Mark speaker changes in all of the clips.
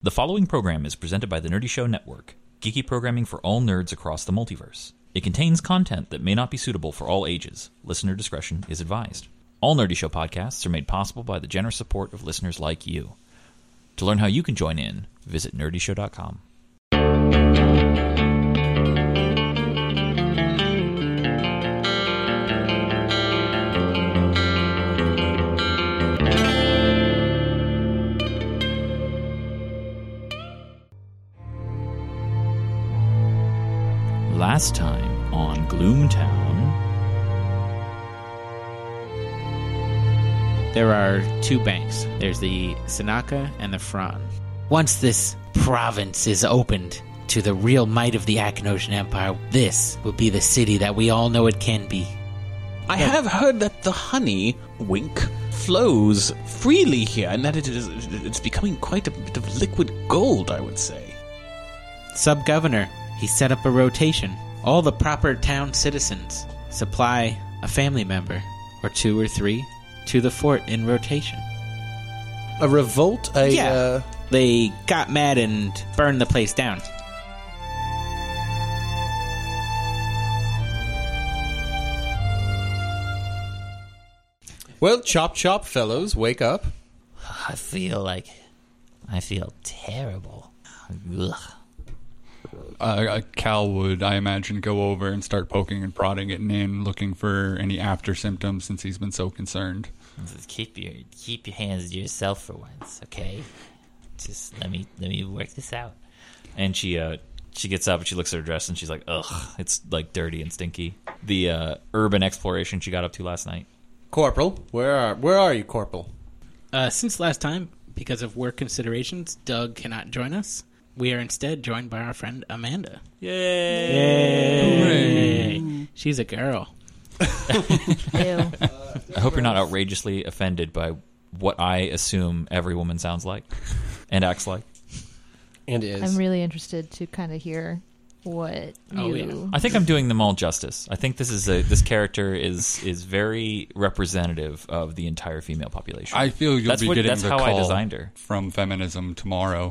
Speaker 1: The following program is presented by the Nerdy Show Network, geeky programming for all nerds across the multiverse. It contains content that may not be suitable for all ages. Listener discretion is advised. All Nerdy Show podcasts are made possible by the generous support of listeners like you. To learn how you can join in, visit nerdyshow.com. Last time on Gloomtown,
Speaker 2: There are two banks. There's the Sanaka and the Fran. Once this province is opened to the real might of the Akhnosian Empire, this will be the city that we all know it can be.
Speaker 3: I have heard that the honey, wink, flows freely here, and that it is it's becoming quite a bit of liquid gold. I would say.
Speaker 2: Sub governor, he set up a rotation. All the proper town citizens supply a family member, or two or three, to the fort in rotation.
Speaker 3: A revolt. A,
Speaker 2: yeah. uh,
Speaker 4: uh,
Speaker 2: They got mad and burned the place down.
Speaker 4: Well, chop chop, fellows, wake up.
Speaker 5: I feel like I feel terrible. Ugh.
Speaker 6: uh, Cal would, I imagine, go over and start poking and prodding at Nan, looking for any after symptoms since he's been so concerned.
Speaker 5: Keep your keep your hands to yourself for once, okay? Just let me let me work this out.
Speaker 1: and she uh, she gets up and she looks at her dress and she's like, "Ugh, it's like dirty and stinky." The uh, urban exploration she got up to last night.
Speaker 4: Corporal, where are where are you, Corporal?
Speaker 2: Uh, since last time, because of work considerations, Doug cannot join us. We are instead joined by our friend Amanda. Yay! She's a girl.
Speaker 1: I hope you're not outrageously offended by what I assume every woman sounds like and acts like.
Speaker 4: And is
Speaker 7: I'm really interested to kind of hear what
Speaker 2: Oh, yeah.
Speaker 7: you.
Speaker 1: I think I'm doing them all justice. I think this is a this character is is very representative of the entire female population.
Speaker 6: I feel you'll
Speaker 1: That's
Speaker 6: be
Speaker 1: what-
Speaker 6: getting
Speaker 1: that's
Speaker 6: the
Speaker 1: how I
Speaker 6: call
Speaker 1: designed her.
Speaker 6: from feminism tomorrow.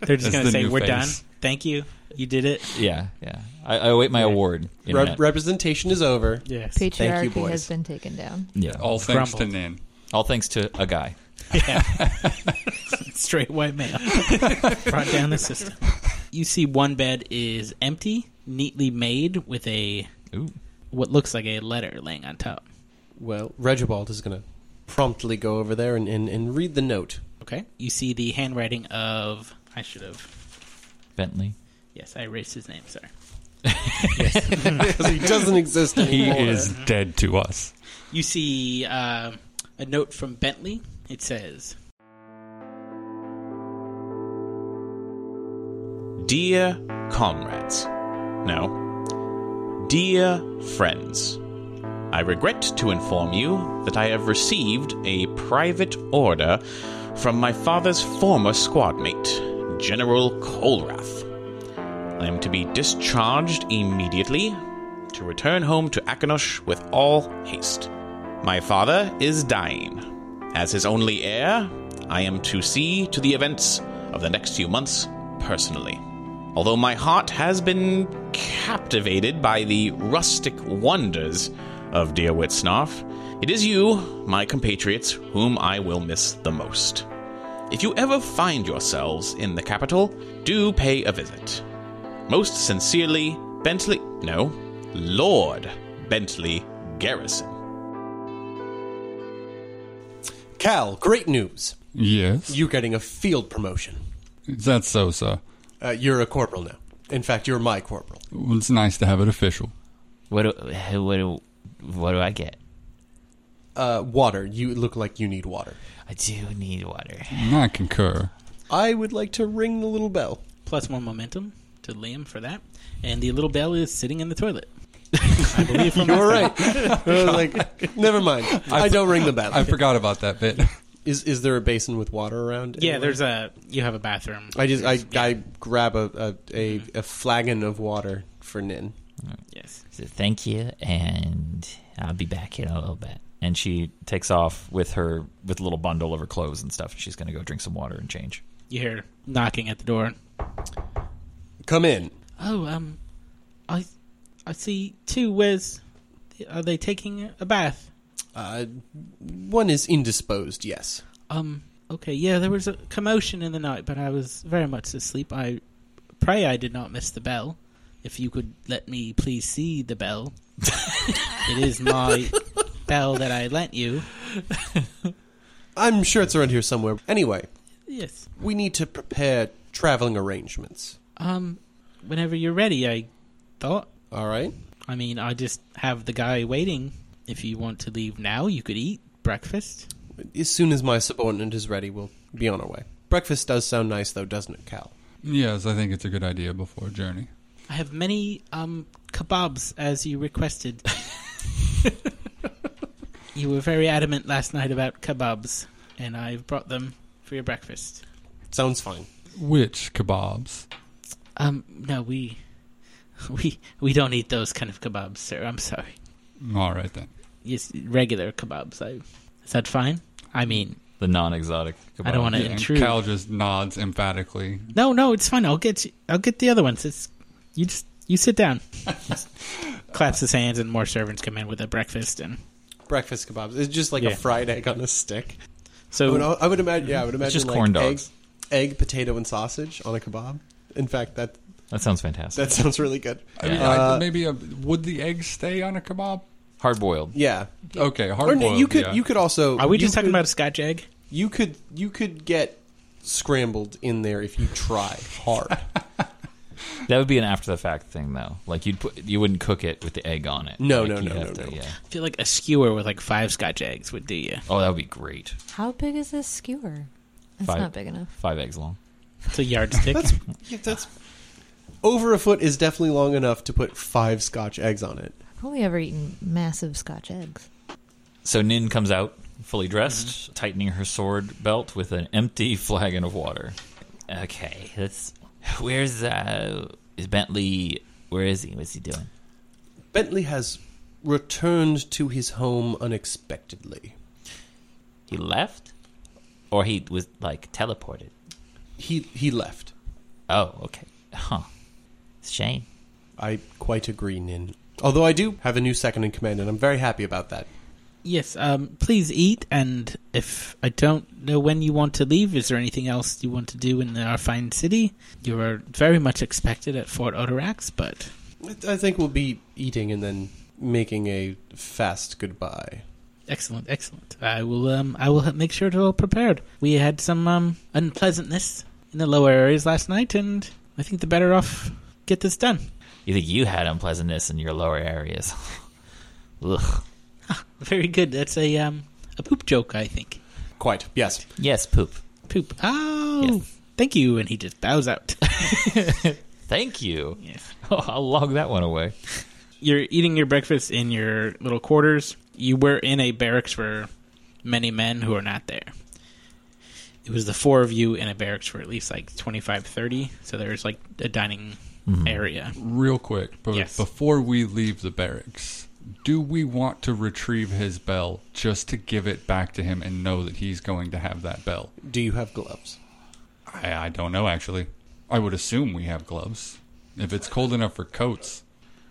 Speaker 2: They're just
Speaker 6: That's
Speaker 2: going
Speaker 6: the
Speaker 2: to say,
Speaker 6: new
Speaker 2: We're
Speaker 6: face.
Speaker 2: done. Thank you. You did it.
Speaker 1: yeah, yeah. I, I await my award.
Speaker 4: Re-
Speaker 1: Internet.
Speaker 4: representation is over.
Speaker 2: Yes.
Speaker 4: Thank you,
Speaker 7: Patriarchy
Speaker 4: boys.
Speaker 7: has been taken down.
Speaker 1: yeah. All,
Speaker 6: All thanks
Speaker 2: Crumbled.
Speaker 6: to Nan.
Speaker 1: all thanks to a guy.
Speaker 2: Straight white male. Brought down the system. You see, one bed is empty, neatly made, with a
Speaker 1: Ooh.
Speaker 2: what looks like a letter laying on top.
Speaker 4: Well, Regibald is going to promptly go over there and, and, and read the note.
Speaker 2: Okay. You see the handwriting of. I should have.
Speaker 1: Bentley.
Speaker 2: Yes, I erased his name. Sorry.
Speaker 4: Because he doesn't exist
Speaker 6: He
Speaker 4: anymore.
Speaker 6: is dead to us.
Speaker 2: You see uh, a note from Bentley. It says,
Speaker 3: Dear comrades. No. Dear friends. I regret to inform you that I have received a private order from my father's former squadmate, General Colrath. I am to be discharged immediately to return home to Akanosh with all haste. My father is dying. As his only heir, I am to see to the events of the next few months personally. Although my heart has been captivated by the rustic wonders of Dear Whitsnarf, it is you, my compatriots, whom I will miss the most. If you ever find yourselves in the capital, do pay a visit. Most sincerely, Bentley. No, Lord Bentley Garrison.
Speaker 4: Cal, great news.
Speaker 6: Yes.
Speaker 4: You're getting a field promotion.
Speaker 6: That's so, sir.
Speaker 4: Uh, you're a corporal now. In fact, you're my corporal.
Speaker 6: Well, It's nice to have it official.
Speaker 5: What do, what do, what do I get?
Speaker 4: Uh, water. You look like you need water.
Speaker 5: I do need water.
Speaker 6: I concur.
Speaker 4: I would like to ring the little bell.
Speaker 2: Plus one momentum to Liam for that. And the little bell is sitting in the toilet. I believe from
Speaker 4: You're right. I was Uh, like, never mind. I don't ring the bell.
Speaker 6: I forgot about that bit.
Speaker 4: Is is there a basin with water around?
Speaker 2: Yeah,
Speaker 4: anywhere?
Speaker 2: there's a. You have a bathroom.
Speaker 4: I just I, I grab a a, a a flagon of water for Nin.
Speaker 2: Yes.
Speaker 5: So thank you, and I'll be back in a little bit.
Speaker 1: And she takes off with her with a little bundle of her clothes and stuff. And she's going to go drink some water and change.
Speaker 2: You hear knocking at the door.
Speaker 4: Come in.
Speaker 2: Oh, um, I, I see two. Where's? Are they taking a bath?
Speaker 4: Uh, one is indisposed. Yes.
Speaker 2: Um. Okay. Yeah, there was a commotion in the night, but I was very much asleep. I pray I did not miss the bell. If you could let me please see the bell, it is my bell that I lent you.
Speaker 4: I'm sure it's around here somewhere. Anyway,
Speaker 2: Yes.
Speaker 4: we need to prepare traveling arrangements.
Speaker 2: Um. Whenever you're ready, I thought.
Speaker 4: All right.
Speaker 2: I mean, I just have the guy waiting. If you want to leave now, you could eat breakfast.
Speaker 4: As soon as my subordinate is ready, we'll be on our way. Breakfast does sound nice, though, doesn't it, Cal?
Speaker 6: Yes, I think it's a good idea before a journey.
Speaker 2: I have many um, kebabs as you requested. you were very adamant last night about kebabs, and I've brought them for your breakfast.
Speaker 4: Sounds fine.
Speaker 6: Which kebabs?
Speaker 2: Um, no, we we we don't eat those kind of kebabs, sir. I'm sorry.
Speaker 6: All right then.
Speaker 2: Yes, regular kebabs. I, is that fine? I mean,
Speaker 1: The non-exotic.
Speaker 2: I don't want to
Speaker 6: And
Speaker 2: intrude.
Speaker 6: Cal just nods emphatically.
Speaker 2: no, no, it's fine. I'll get you, I'll get the other ones. It's you just you sit down. claps his hands, and more servants come in with a breakfast and.
Speaker 4: Breakfast kebabs. It's just like
Speaker 2: Yeah.
Speaker 4: a fried egg on a stick. I
Speaker 2: So
Speaker 4: would, I would imagine. Yeah, I would imagine
Speaker 1: just
Speaker 4: like
Speaker 1: corn
Speaker 4: egg,
Speaker 1: dogs.
Speaker 4: egg, potato, and sausage on a kebab. In fact, that
Speaker 1: That sounds fantastic.
Speaker 4: that sounds really good.
Speaker 6: I mean,
Speaker 4: Uh,
Speaker 6: I, maybe a, would the eggs stay on a kebab?
Speaker 1: Hard boiled.
Speaker 4: Yeah,
Speaker 6: Okay,
Speaker 4: or
Speaker 6: hard
Speaker 4: no,
Speaker 6: boiled.
Speaker 4: you could
Speaker 6: yeah.
Speaker 4: you could also.
Speaker 2: Are we
Speaker 4: you
Speaker 2: just talking
Speaker 4: could-
Speaker 2: about a scotch egg?
Speaker 4: You could you could get scrambled in there if you try hard.
Speaker 1: That would be an after the fact thing though. Like you'd put you wouldn't cook it with the egg on it.
Speaker 4: No,
Speaker 1: Like,
Speaker 4: no,
Speaker 1: you'd
Speaker 4: no,
Speaker 1: have
Speaker 4: no,
Speaker 1: to-
Speaker 4: no.
Speaker 1: Yeah.
Speaker 2: I feel like a skewer with like five scotch eggs would do you.
Speaker 1: Oh, that would be great.
Speaker 7: How big is this skewer? It's
Speaker 1: Five.
Speaker 7: not big enough.
Speaker 1: Five eggs long.
Speaker 2: It's a yardstick.
Speaker 4: That's yeah, that's over a foot is definitely long enough to put five Scotch eggs on it.
Speaker 7: I've only ever eaten massive Scotch eggs.
Speaker 1: So Nin comes out fully dressed, tightening her sword belt with an empty flagon of water.
Speaker 5: Okay, let's. Where's uh? Is Bentley? Where is he? What's he doing?
Speaker 4: Bentley has returned to his home unexpectedly.
Speaker 5: He left, or he was like teleported.
Speaker 4: He he left.
Speaker 5: Oh, okay. Huh. It's a shame.
Speaker 4: I quite agree, Nin. Although I do have a new second in command, and I'm very happy about that.
Speaker 2: yes. Um. Please eat, and if I don't know when you want to leave, is there anything else you want to do in our fine city? You are very much expected at Fort Odorax, but
Speaker 4: I- I think we'll be eating and then making a fast goodbye.
Speaker 2: excellent, excellent. I will. Um. I will ha- make sure to all prepared. We had some um unpleasantness in the lower areas last night, and I think the better off get this done.
Speaker 5: You think you had unpleasantness in your lower areas? Ugh.
Speaker 2: Very good. That's a um a poop joke, I think.
Speaker 4: Quite yes.
Speaker 5: Yes, poop.
Speaker 2: poop. Oh,
Speaker 5: Yes.
Speaker 2: thank you. And he just bows out.
Speaker 1: Thank you.
Speaker 2: yes.
Speaker 5: Oh,
Speaker 1: I'll log that one away.
Speaker 2: You're eating your breakfast in your little quarters. You were in a barracks for many men who are not there. It was the four of you in a barracks for at least like 25, 30. So there's like a dining area.
Speaker 6: Real quick, but
Speaker 2: Yes.
Speaker 6: before we leave the barracks, do we want to retrieve his bell just to give it back to him and know that he's going to have that bell?
Speaker 4: Do you have gloves?
Speaker 6: I, I don't know, actually. I would assume we have gloves. If it's cold enough for coats,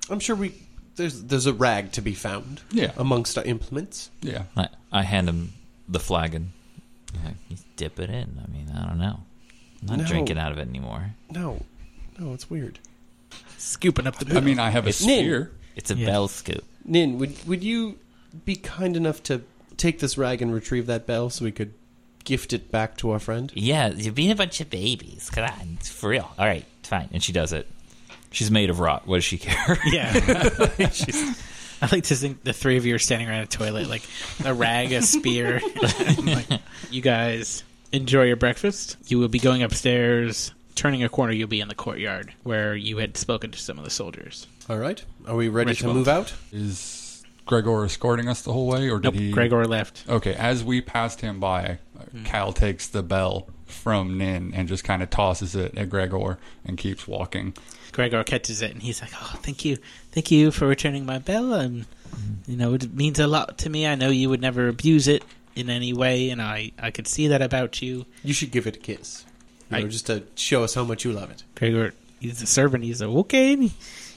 Speaker 4: I'm sure we there's there's a rag to be found.
Speaker 6: Yeah.
Speaker 4: amongst our implements.
Speaker 6: yeah.
Speaker 1: I, I hand him the flagon.
Speaker 5: You dip it in. I mean, I don't know. I'm not
Speaker 4: No.
Speaker 5: drinking out of it anymore.
Speaker 4: No, no, it's weird.
Speaker 2: Scooping up the
Speaker 6: I mean, I have a
Speaker 4: It's Nin.
Speaker 6: spear.
Speaker 5: It's a
Speaker 2: Yeah.
Speaker 5: bell scoop.
Speaker 4: Nin, would would you be kind enough to take this rag and retrieve that bell so we could gift it back to our friend?
Speaker 5: Yeah, you're being a bunch of babies. Come on, it's for real. All right, fine.
Speaker 1: And she does it. She's made of rot. What does she care?
Speaker 2: Yeah. I like to think the three of you are standing around a toilet, like a rag, a spear. Like, you guys enjoy your breakfast. You will be going upstairs. Turning a corner, you'll be in the courtyard where you had spoken to some of the soldiers.
Speaker 4: All right. Are we ready
Speaker 2: Ritual.
Speaker 4: to move out?
Speaker 6: Is Gregor escorting us the whole way, or did
Speaker 2: Nope,
Speaker 6: he?
Speaker 2: Gregor left.
Speaker 6: Okay, as we passed him by, uh, Cal takes the bell from Nin and just kind of tosses it at Gregor and keeps walking.
Speaker 2: Gregor catches it and he's like, "Oh, thank you, thank you for returning my bell. Um,
Speaker 4: Mm-hmm.
Speaker 2: you know, it means a lot to me. I know you would never abuse it in any way, and I I could see that about you."
Speaker 4: You should give it a kiss. You
Speaker 2: I-
Speaker 4: know, just to show us how much you love it.
Speaker 2: Gregor, he's a servant. He's like, "Okay." And he,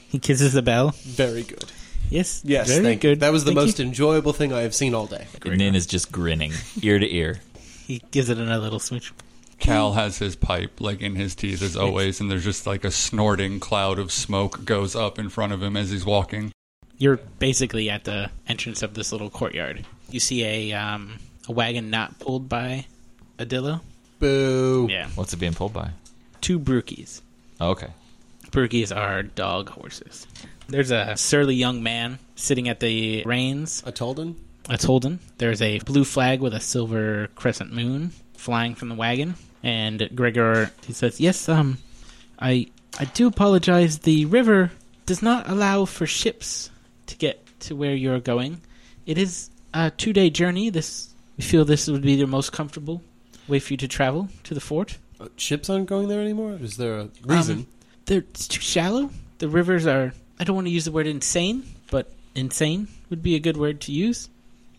Speaker 2: he kisses the bell.
Speaker 4: Very good.
Speaker 2: Yes,
Speaker 4: Yes,
Speaker 2: very
Speaker 4: thank
Speaker 2: good.
Speaker 4: you. That was the
Speaker 2: Thank you.
Speaker 4: most enjoyable thing I have seen all day.
Speaker 1: And Nin is just grinning ear to ear.
Speaker 2: He gives it another little smooch.
Speaker 6: Cal has his pipe like in his teeth as always, and there's just like a snorting cloud of smoke goes up in front of him as he's walking.
Speaker 2: You're basically at the entrance of this little courtyard. You see a um, a wagon not pulled by Adillo.
Speaker 4: Boo.
Speaker 2: Yeah,
Speaker 1: What's it being pulled by?
Speaker 2: two brookies.
Speaker 1: Oh, okay.
Speaker 2: Brookies are dog horses. There's a surly young man sitting at the reins.
Speaker 4: A Tolden?
Speaker 2: That's Holden. There's a blue flag with a silver crescent moon flying from the wagon. And Gregor, he says, "Yes, um, I I do apologize. The river does not allow for ships to get to where you're going. It is a two day journey. This we feel this would be the most comfortable way for you to travel to the fort.
Speaker 4: Uh, ships aren't going there anymore? Is there a reason?
Speaker 2: They're, it's too shallow. The rivers are. I don't want to use the word insane, but insane would be a good word to use.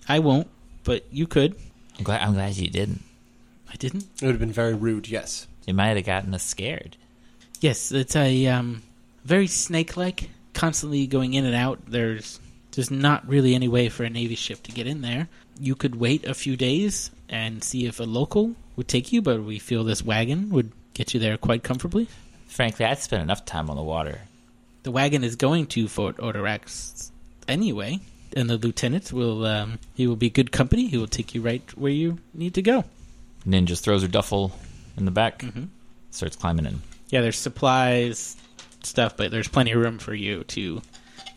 Speaker 2: I won't, but you could.
Speaker 5: I'm glad, I'm glad you didn't.
Speaker 2: I didn't.
Speaker 4: it would have been very rude, yes.
Speaker 5: It might have gotten us scared.
Speaker 2: Yes, it's a um, very snake-like, constantly going in and out. There's there's not really any way for a navy ship to get in there. You could wait a few days and see if a local would take you, but we feel this wagon would get you there quite comfortably.
Speaker 5: Frankly, I'd spent enough time on the water.
Speaker 2: The wagon is going to Fort Odorax anyway, and the lieutenant will um, he will be good company. He will take you right where you need to go.
Speaker 1: Nin just throws her duffel in the back, starts climbing in.
Speaker 2: Yeah, there's supplies, stuff, but there's plenty of room for you to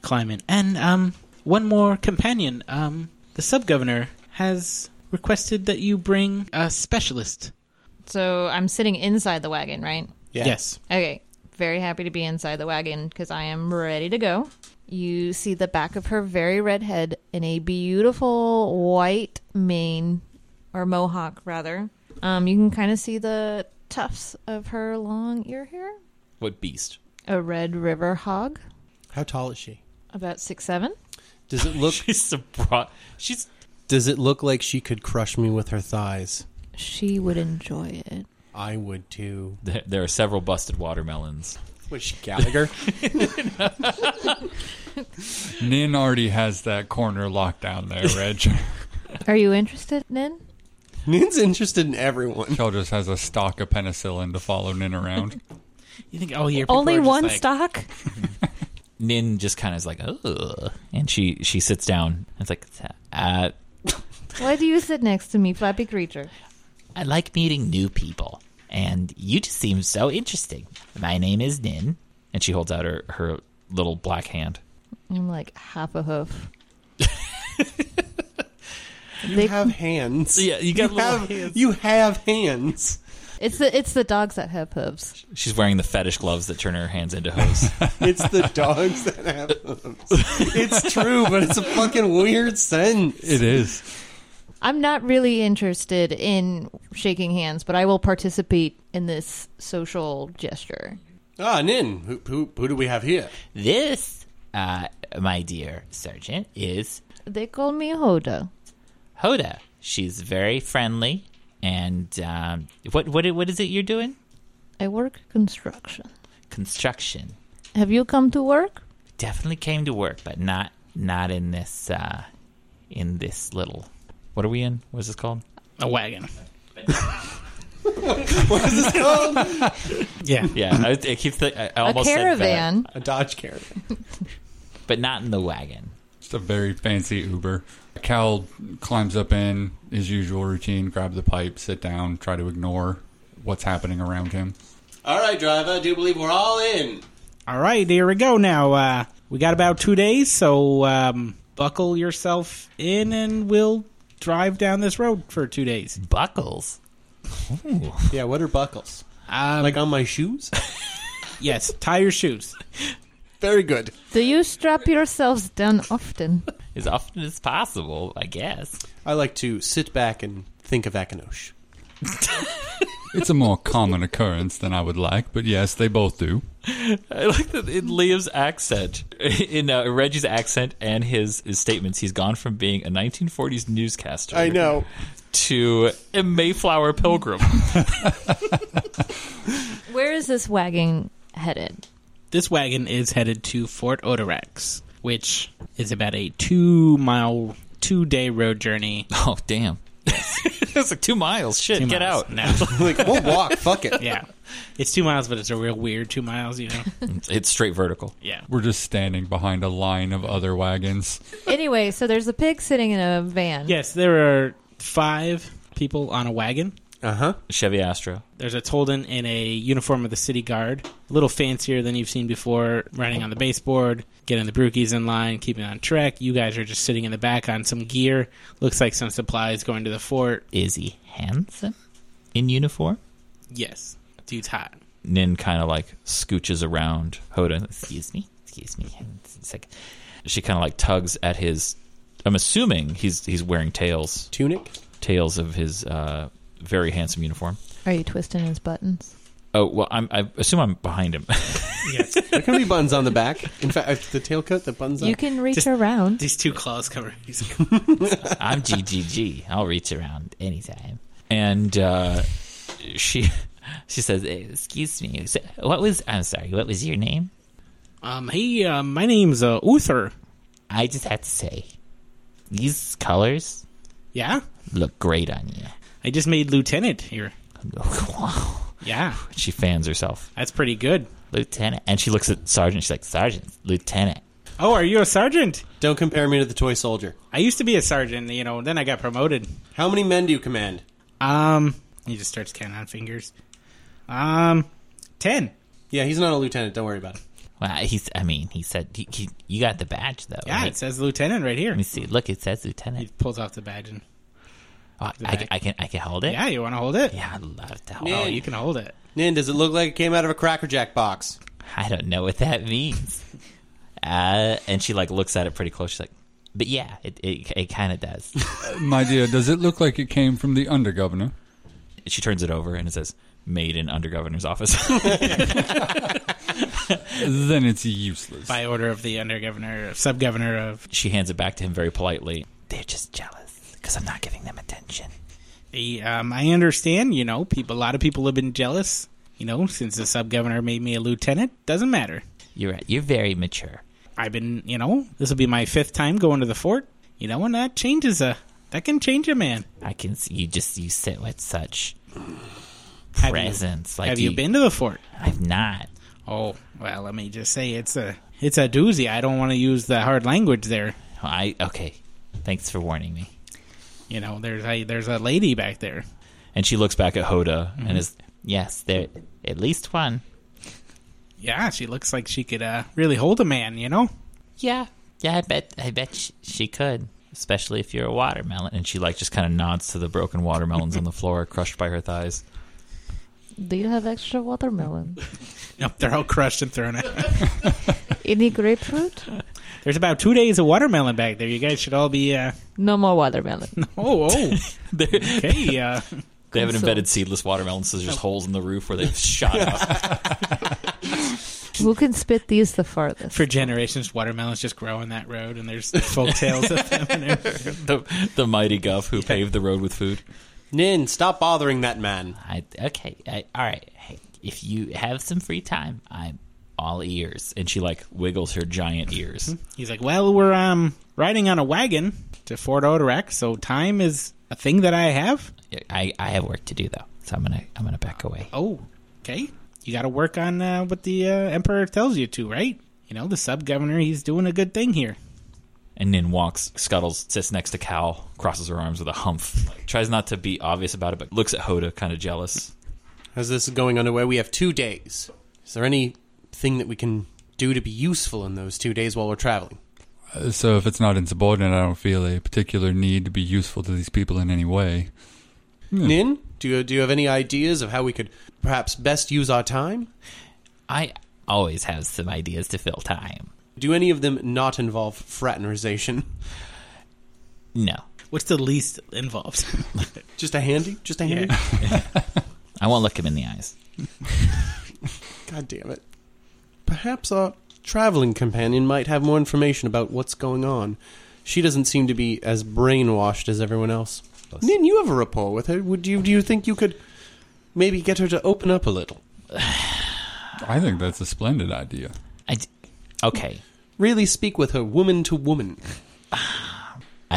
Speaker 2: climb in. And um, one more companion. Um, the sub governor has requested that you bring a specialist.
Speaker 7: So I'm sitting inside the wagon, right?
Speaker 4: Yeah.
Speaker 2: Yes,
Speaker 7: Okay. Very happy to be inside the wagon because I am ready to go. You see the back of her very red head and a beautiful white mane or mohawk, rather. Um, you can kind of see the tufts of her long ear hair.
Speaker 1: What beast?
Speaker 7: A red river hog,
Speaker 4: How tall is she?
Speaker 7: about six seven.
Speaker 4: Does it look
Speaker 1: She's so broad. She's
Speaker 4: does it look like she could crush me with her thighs?
Speaker 7: She would enjoy it.
Speaker 4: I would too.
Speaker 1: there, there are several busted watermelons.
Speaker 4: Which Gallagher?
Speaker 6: Nin already has that corner locked down there, Reg.
Speaker 7: Are you interested, Nin?
Speaker 4: Nin's interested in everyone.
Speaker 6: Cal just has a stock of penicillin to follow Nin around.
Speaker 2: you think all year people
Speaker 7: Only
Speaker 2: are just
Speaker 7: one
Speaker 2: like,
Speaker 7: stock?
Speaker 1: Nin just kind of is like, ugh. And she, she sits down. It's like, uh,
Speaker 7: Why do you sit next to me, flappy creature?
Speaker 5: I like meeting new people, and you just seem so interesting. My name is Nin.
Speaker 1: and she holds out her, her little black hand.
Speaker 7: I'm like half a hoof.
Speaker 4: You
Speaker 7: They-
Speaker 4: have hands.
Speaker 1: Yeah, you got little
Speaker 4: have, You have hands.
Speaker 7: It's the it's the dogs that have hooves.
Speaker 1: She's wearing the fetish gloves that turn her hands into hooves.
Speaker 4: It's the dogs that have hooves. It's true, but it's a fucking weird sense.
Speaker 6: It is.
Speaker 7: I'm not really interested in shaking hands, but I will participate in this social gesture.
Speaker 4: Ah, Nin, who, who, who do we have here?
Speaker 5: This, uh, my dear sergeant, is
Speaker 7: They call me Hoda.
Speaker 5: Hoda. She's very friendly, and um, what what what is it you're doing?
Speaker 7: I work construction.
Speaker 5: Construction.
Speaker 7: Have you come to work?
Speaker 5: Definitely came to work, but not not in this uh, in this little.
Speaker 1: what are we in? What is this called?
Speaker 2: a wagon.
Speaker 4: What is this called?
Speaker 2: Yeah,
Speaker 1: Yeah, I, I keep th- I I
Speaker 7: A
Speaker 1: almost said vet,
Speaker 7: caravan.
Speaker 4: a Dodge caravan.
Speaker 5: but not in the wagon.
Speaker 6: It's a very fancy Uber. Cal climbs up in his usual routine, grab the pipe, sit down, try to ignore what's happening around him.
Speaker 4: All right, driver, I do believe we're all in.
Speaker 2: All right, here we go now. Uh, We got about two days, so um, buckle yourself in and we'll drive down this road for two days.
Speaker 5: Buckles. Ooh.
Speaker 4: Yeah, what are buckles?
Speaker 2: Um,
Speaker 4: Like on my shoes?
Speaker 2: yes, tie your shoes.
Speaker 4: Very good.
Speaker 7: Do you strap yourselves down often?
Speaker 5: As often as possible, I guess.
Speaker 4: I like to sit back and think of Akinosh.
Speaker 6: It's a more common occurrence than I would like, but yes, they both do.
Speaker 1: I like that in Liam's accent, in uh, Reggie's accent, and his, his statements, he's gone from being a 1940s newscaster to a Mayflower pilgrim.
Speaker 7: Where is this wagon headed?
Speaker 2: This wagon is headed to Fort Odorex, which is about a two mile, two day road journey.
Speaker 1: oh, damn. That's like two miles. Shit,
Speaker 2: Two
Speaker 1: get
Speaker 2: miles.
Speaker 1: out.
Speaker 2: No.
Speaker 4: like, we'll walk. Fuck it.
Speaker 2: yeah. It's two miles, but it's a real weird two miles, you know?
Speaker 1: It's straight vertical.
Speaker 2: Yeah.
Speaker 6: We're just standing behind a line of other wagons.
Speaker 7: Anyway, so there's a pig sitting in a van.
Speaker 2: Yes, there are five people on a wagon.
Speaker 4: Uh huh.
Speaker 1: Chevy Astro.
Speaker 2: There's a Tolden in a uniform of the city guard, a little fancier than you've seen before, riding on the baseboard, getting the brookies in line, keeping on track. You guys are just sitting in the back on some gear. Looks like some supplies going to the fort.
Speaker 5: Is he handsome? In uniform?
Speaker 2: Yes, dude's hot.
Speaker 1: Nin kind of like scooches around Hoda.
Speaker 5: Excuse me. Excuse me. Hang on a second.
Speaker 1: She kind of like tugs at his. I'm assuming he's he's wearing tails,
Speaker 4: Tunic?
Speaker 1: tails of his uh, very handsome uniform.
Speaker 7: Are you twisting his buttons?
Speaker 1: Oh well, I'm, I assume I'm behind him.
Speaker 4: There can be buttons on the back. In fact, if the tail cut, the buttons
Speaker 7: You
Speaker 4: on.
Speaker 7: can reach
Speaker 2: Just-
Speaker 7: around.
Speaker 2: These two claws cover. He's
Speaker 5: I'm GGG. I'll reach around anytime.
Speaker 1: and uh, she
Speaker 5: She says, "Excuse me. So what was? I'm sorry. What was your name?
Speaker 2: um, hey, uh, my name's uh, Uther.
Speaker 5: I just have to say, these colors
Speaker 2: Yeah,
Speaker 5: look great on you.
Speaker 2: I just made lieutenant here.
Speaker 5: wow,
Speaker 2: Yeah,
Speaker 1: she fans herself.
Speaker 2: that's pretty good.
Speaker 5: Lieutenant." And she looks at Sergeant. She's like, "Sergeant, Lieutenant."
Speaker 2: Oh, are you a sergeant?
Speaker 4: Don't compare me to the toy soldier.
Speaker 2: I used to be a sergeant, you know. Then I got promoted.
Speaker 4: How many men do you command?
Speaker 2: Um, he just starts counting on fingers. Um, ten.
Speaker 4: Yeah, he's not a lieutenant. Don't worry about it.
Speaker 5: Well, he's. I mean, he said he, he, you got the badge though.
Speaker 2: Yeah, it
Speaker 5: right?
Speaker 2: says lieutenant right here.
Speaker 5: Let me see. Look, it says
Speaker 2: He
Speaker 5: Lieutenant.
Speaker 2: pulls off the badge and
Speaker 5: Oh,
Speaker 2: the
Speaker 5: I,
Speaker 2: back.
Speaker 5: I can. I can hold it.
Speaker 2: yeah, you want to hold it?
Speaker 5: Yeah, I'd love to hold.
Speaker 4: Yeah.
Speaker 2: Oh,
Speaker 5: it.
Speaker 2: you can hold it.
Speaker 4: Nin, does it look like it came out of a Cracker Jack box?
Speaker 5: I don't know what that means. uh, and she like looks at it pretty close. She's like, but yeah, it it, it kind of does.
Speaker 6: My dear, does it look like it came from the undergovernor?
Speaker 1: She turns it over and it says, "Made in Under Governor's office."
Speaker 6: Then it's useless.
Speaker 2: By order of the under governor, sub governor of,
Speaker 1: she hands it back to him very politely.
Speaker 5: They're just jealous because I'm not giving them attention.
Speaker 2: the, um, I understand. You know, people. A lot of people have been jealous. You know, since the sub governor made me a lieutenant, doesn't matter.
Speaker 5: You're right. You're very mature.
Speaker 2: I've been, you know, this will be my fifth time going to the fort. You know, and that changes a, that can change a man.
Speaker 5: I can see you just you sit with such
Speaker 2: Have you-
Speaker 5: presence. like
Speaker 2: have you been to the fort?
Speaker 5: I've not.
Speaker 2: Oh well, let me just say it's a it's a doozy. I don't want to use the hard language there.
Speaker 5: Oh, I okay. Thanks for warning me.
Speaker 2: You know, there's a there's a lady back there.
Speaker 1: And she looks back at Hoda and is
Speaker 5: Yes, there at least one.
Speaker 2: Yeah, she looks like she could uh, really hold a man. You know,
Speaker 5: Yeah, yeah. I bet. I bet she, she could, especially if you're a watermelon.
Speaker 1: and she like just kind of nods to the broken watermelons on the floor, crushed by her thighs.
Speaker 7: Do you have extra watermelon?
Speaker 2: nope, they're all crushed and thrown out.
Speaker 7: Any grapefruit?
Speaker 2: there's about two days of watermelon back there. You guys should all be. Uh,
Speaker 7: No more watermelon.
Speaker 2: oh, oh, okay. Uh,
Speaker 1: They haven't
Speaker 7: Console.
Speaker 1: embedded seedless watermelons, so there's
Speaker 7: Oh.
Speaker 1: just holes in the roof where they've shot up.
Speaker 7: Who can spit these the farthest?
Speaker 2: for generations, watermelons just grow on that road, and there's folk tales of them. And everything.
Speaker 1: the, the mighty Guff who paved the road with food.
Speaker 4: Nin, stop bothering that man.
Speaker 5: I okay. I, all right. Hey, if you have some free time, I'm all ears.
Speaker 1: And she like wiggles her giant ears.
Speaker 2: He's like, well, we're um riding on a wagon to Fort Odorak, so time is a thing that I have.
Speaker 5: I I have work to do though, so I'm gonna I'm gonna back away.
Speaker 2: Oh, okay. You got to work on uh, what the uh, emperor tells you to, right? You know, the sub governor, he's doing a good thing here.
Speaker 1: And Nin walks, scuttles, sits next to Cal, crosses her arms with a humph. Tries not to be obvious about it, but looks at Hoda, kind of jealous.
Speaker 4: As this is going underway, we have two days. Is there anything that we can do to be useful in those two days while we're traveling?
Speaker 6: Uh, So if it's not insubordinate, I don't feel a particular need to be useful to these people in any way.
Speaker 4: Nin, do you, do you have any ideas of how we could perhaps best use our time?
Speaker 5: I always have some ideas to fill time.
Speaker 4: Do any of them not involve fraternization?
Speaker 5: No.
Speaker 2: What's the least involved?
Speaker 4: Just a handy? Just a handy?
Speaker 5: I won't look him in the eyes.
Speaker 4: God damn it. Perhaps our traveling companion might have more information about what's going on. She doesn't seem to be as brainwashed as everyone else. Nin, you have a rapport with her. Would you do you think you could maybe get her to open up a little?
Speaker 6: I think that's a splendid idea.
Speaker 5: I d- okay.
Speaker 4: Really speak with her woman to woman.
Speaker 5: I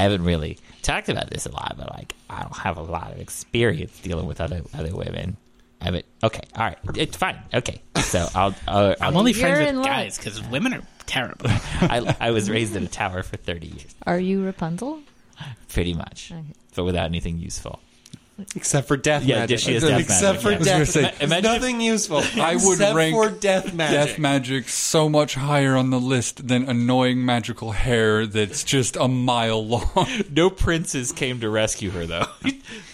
Speaker 5: haven't really talked about this a lot, but like I don't have a lot of experience dealing with other other women. I mean, okay, all right, it's fine. Okay, so I'll. I'll, I'll
Speaker 2: I'm only
Speaker 7: You're
Speaker 2: friends
Speaker 7: in
Speaker 2: with
Speaker 7: luck.
Speaker 2: guys because women are terrible.
Speaker 5: I, I was raised in a tower for thirty years,
Speaker 7: Are you Rapunzel?
Speaker 5: pretty much,
Speaker 7: Okay.
Speaker 5: but without anything useful.
Speaker 4: Except for death
Speaker 5: Yeah,
Speaker 4: magic.
Speaker 5: she
Speaker 1: uh,
Speaker 5: has death magic,
Speaker 4: Except for
Speaker 5: yeah.
Speaker 6: I
Speaker 4: death
Speaker 6: was gonna
Speaker 4: magic.
Speaker 6: say-
Speaker 5: Imagine if-
Speaker 4: Nothing useful.
Speaker 6: I would
Speaker 4: Except
Speaker 6: rank
Speaker 4: for death magic.
Speaker 6: Death magic so much higher on the list than annoying magical hair that's just a mile long.
Speaker 1: No princes came to rescue her, though.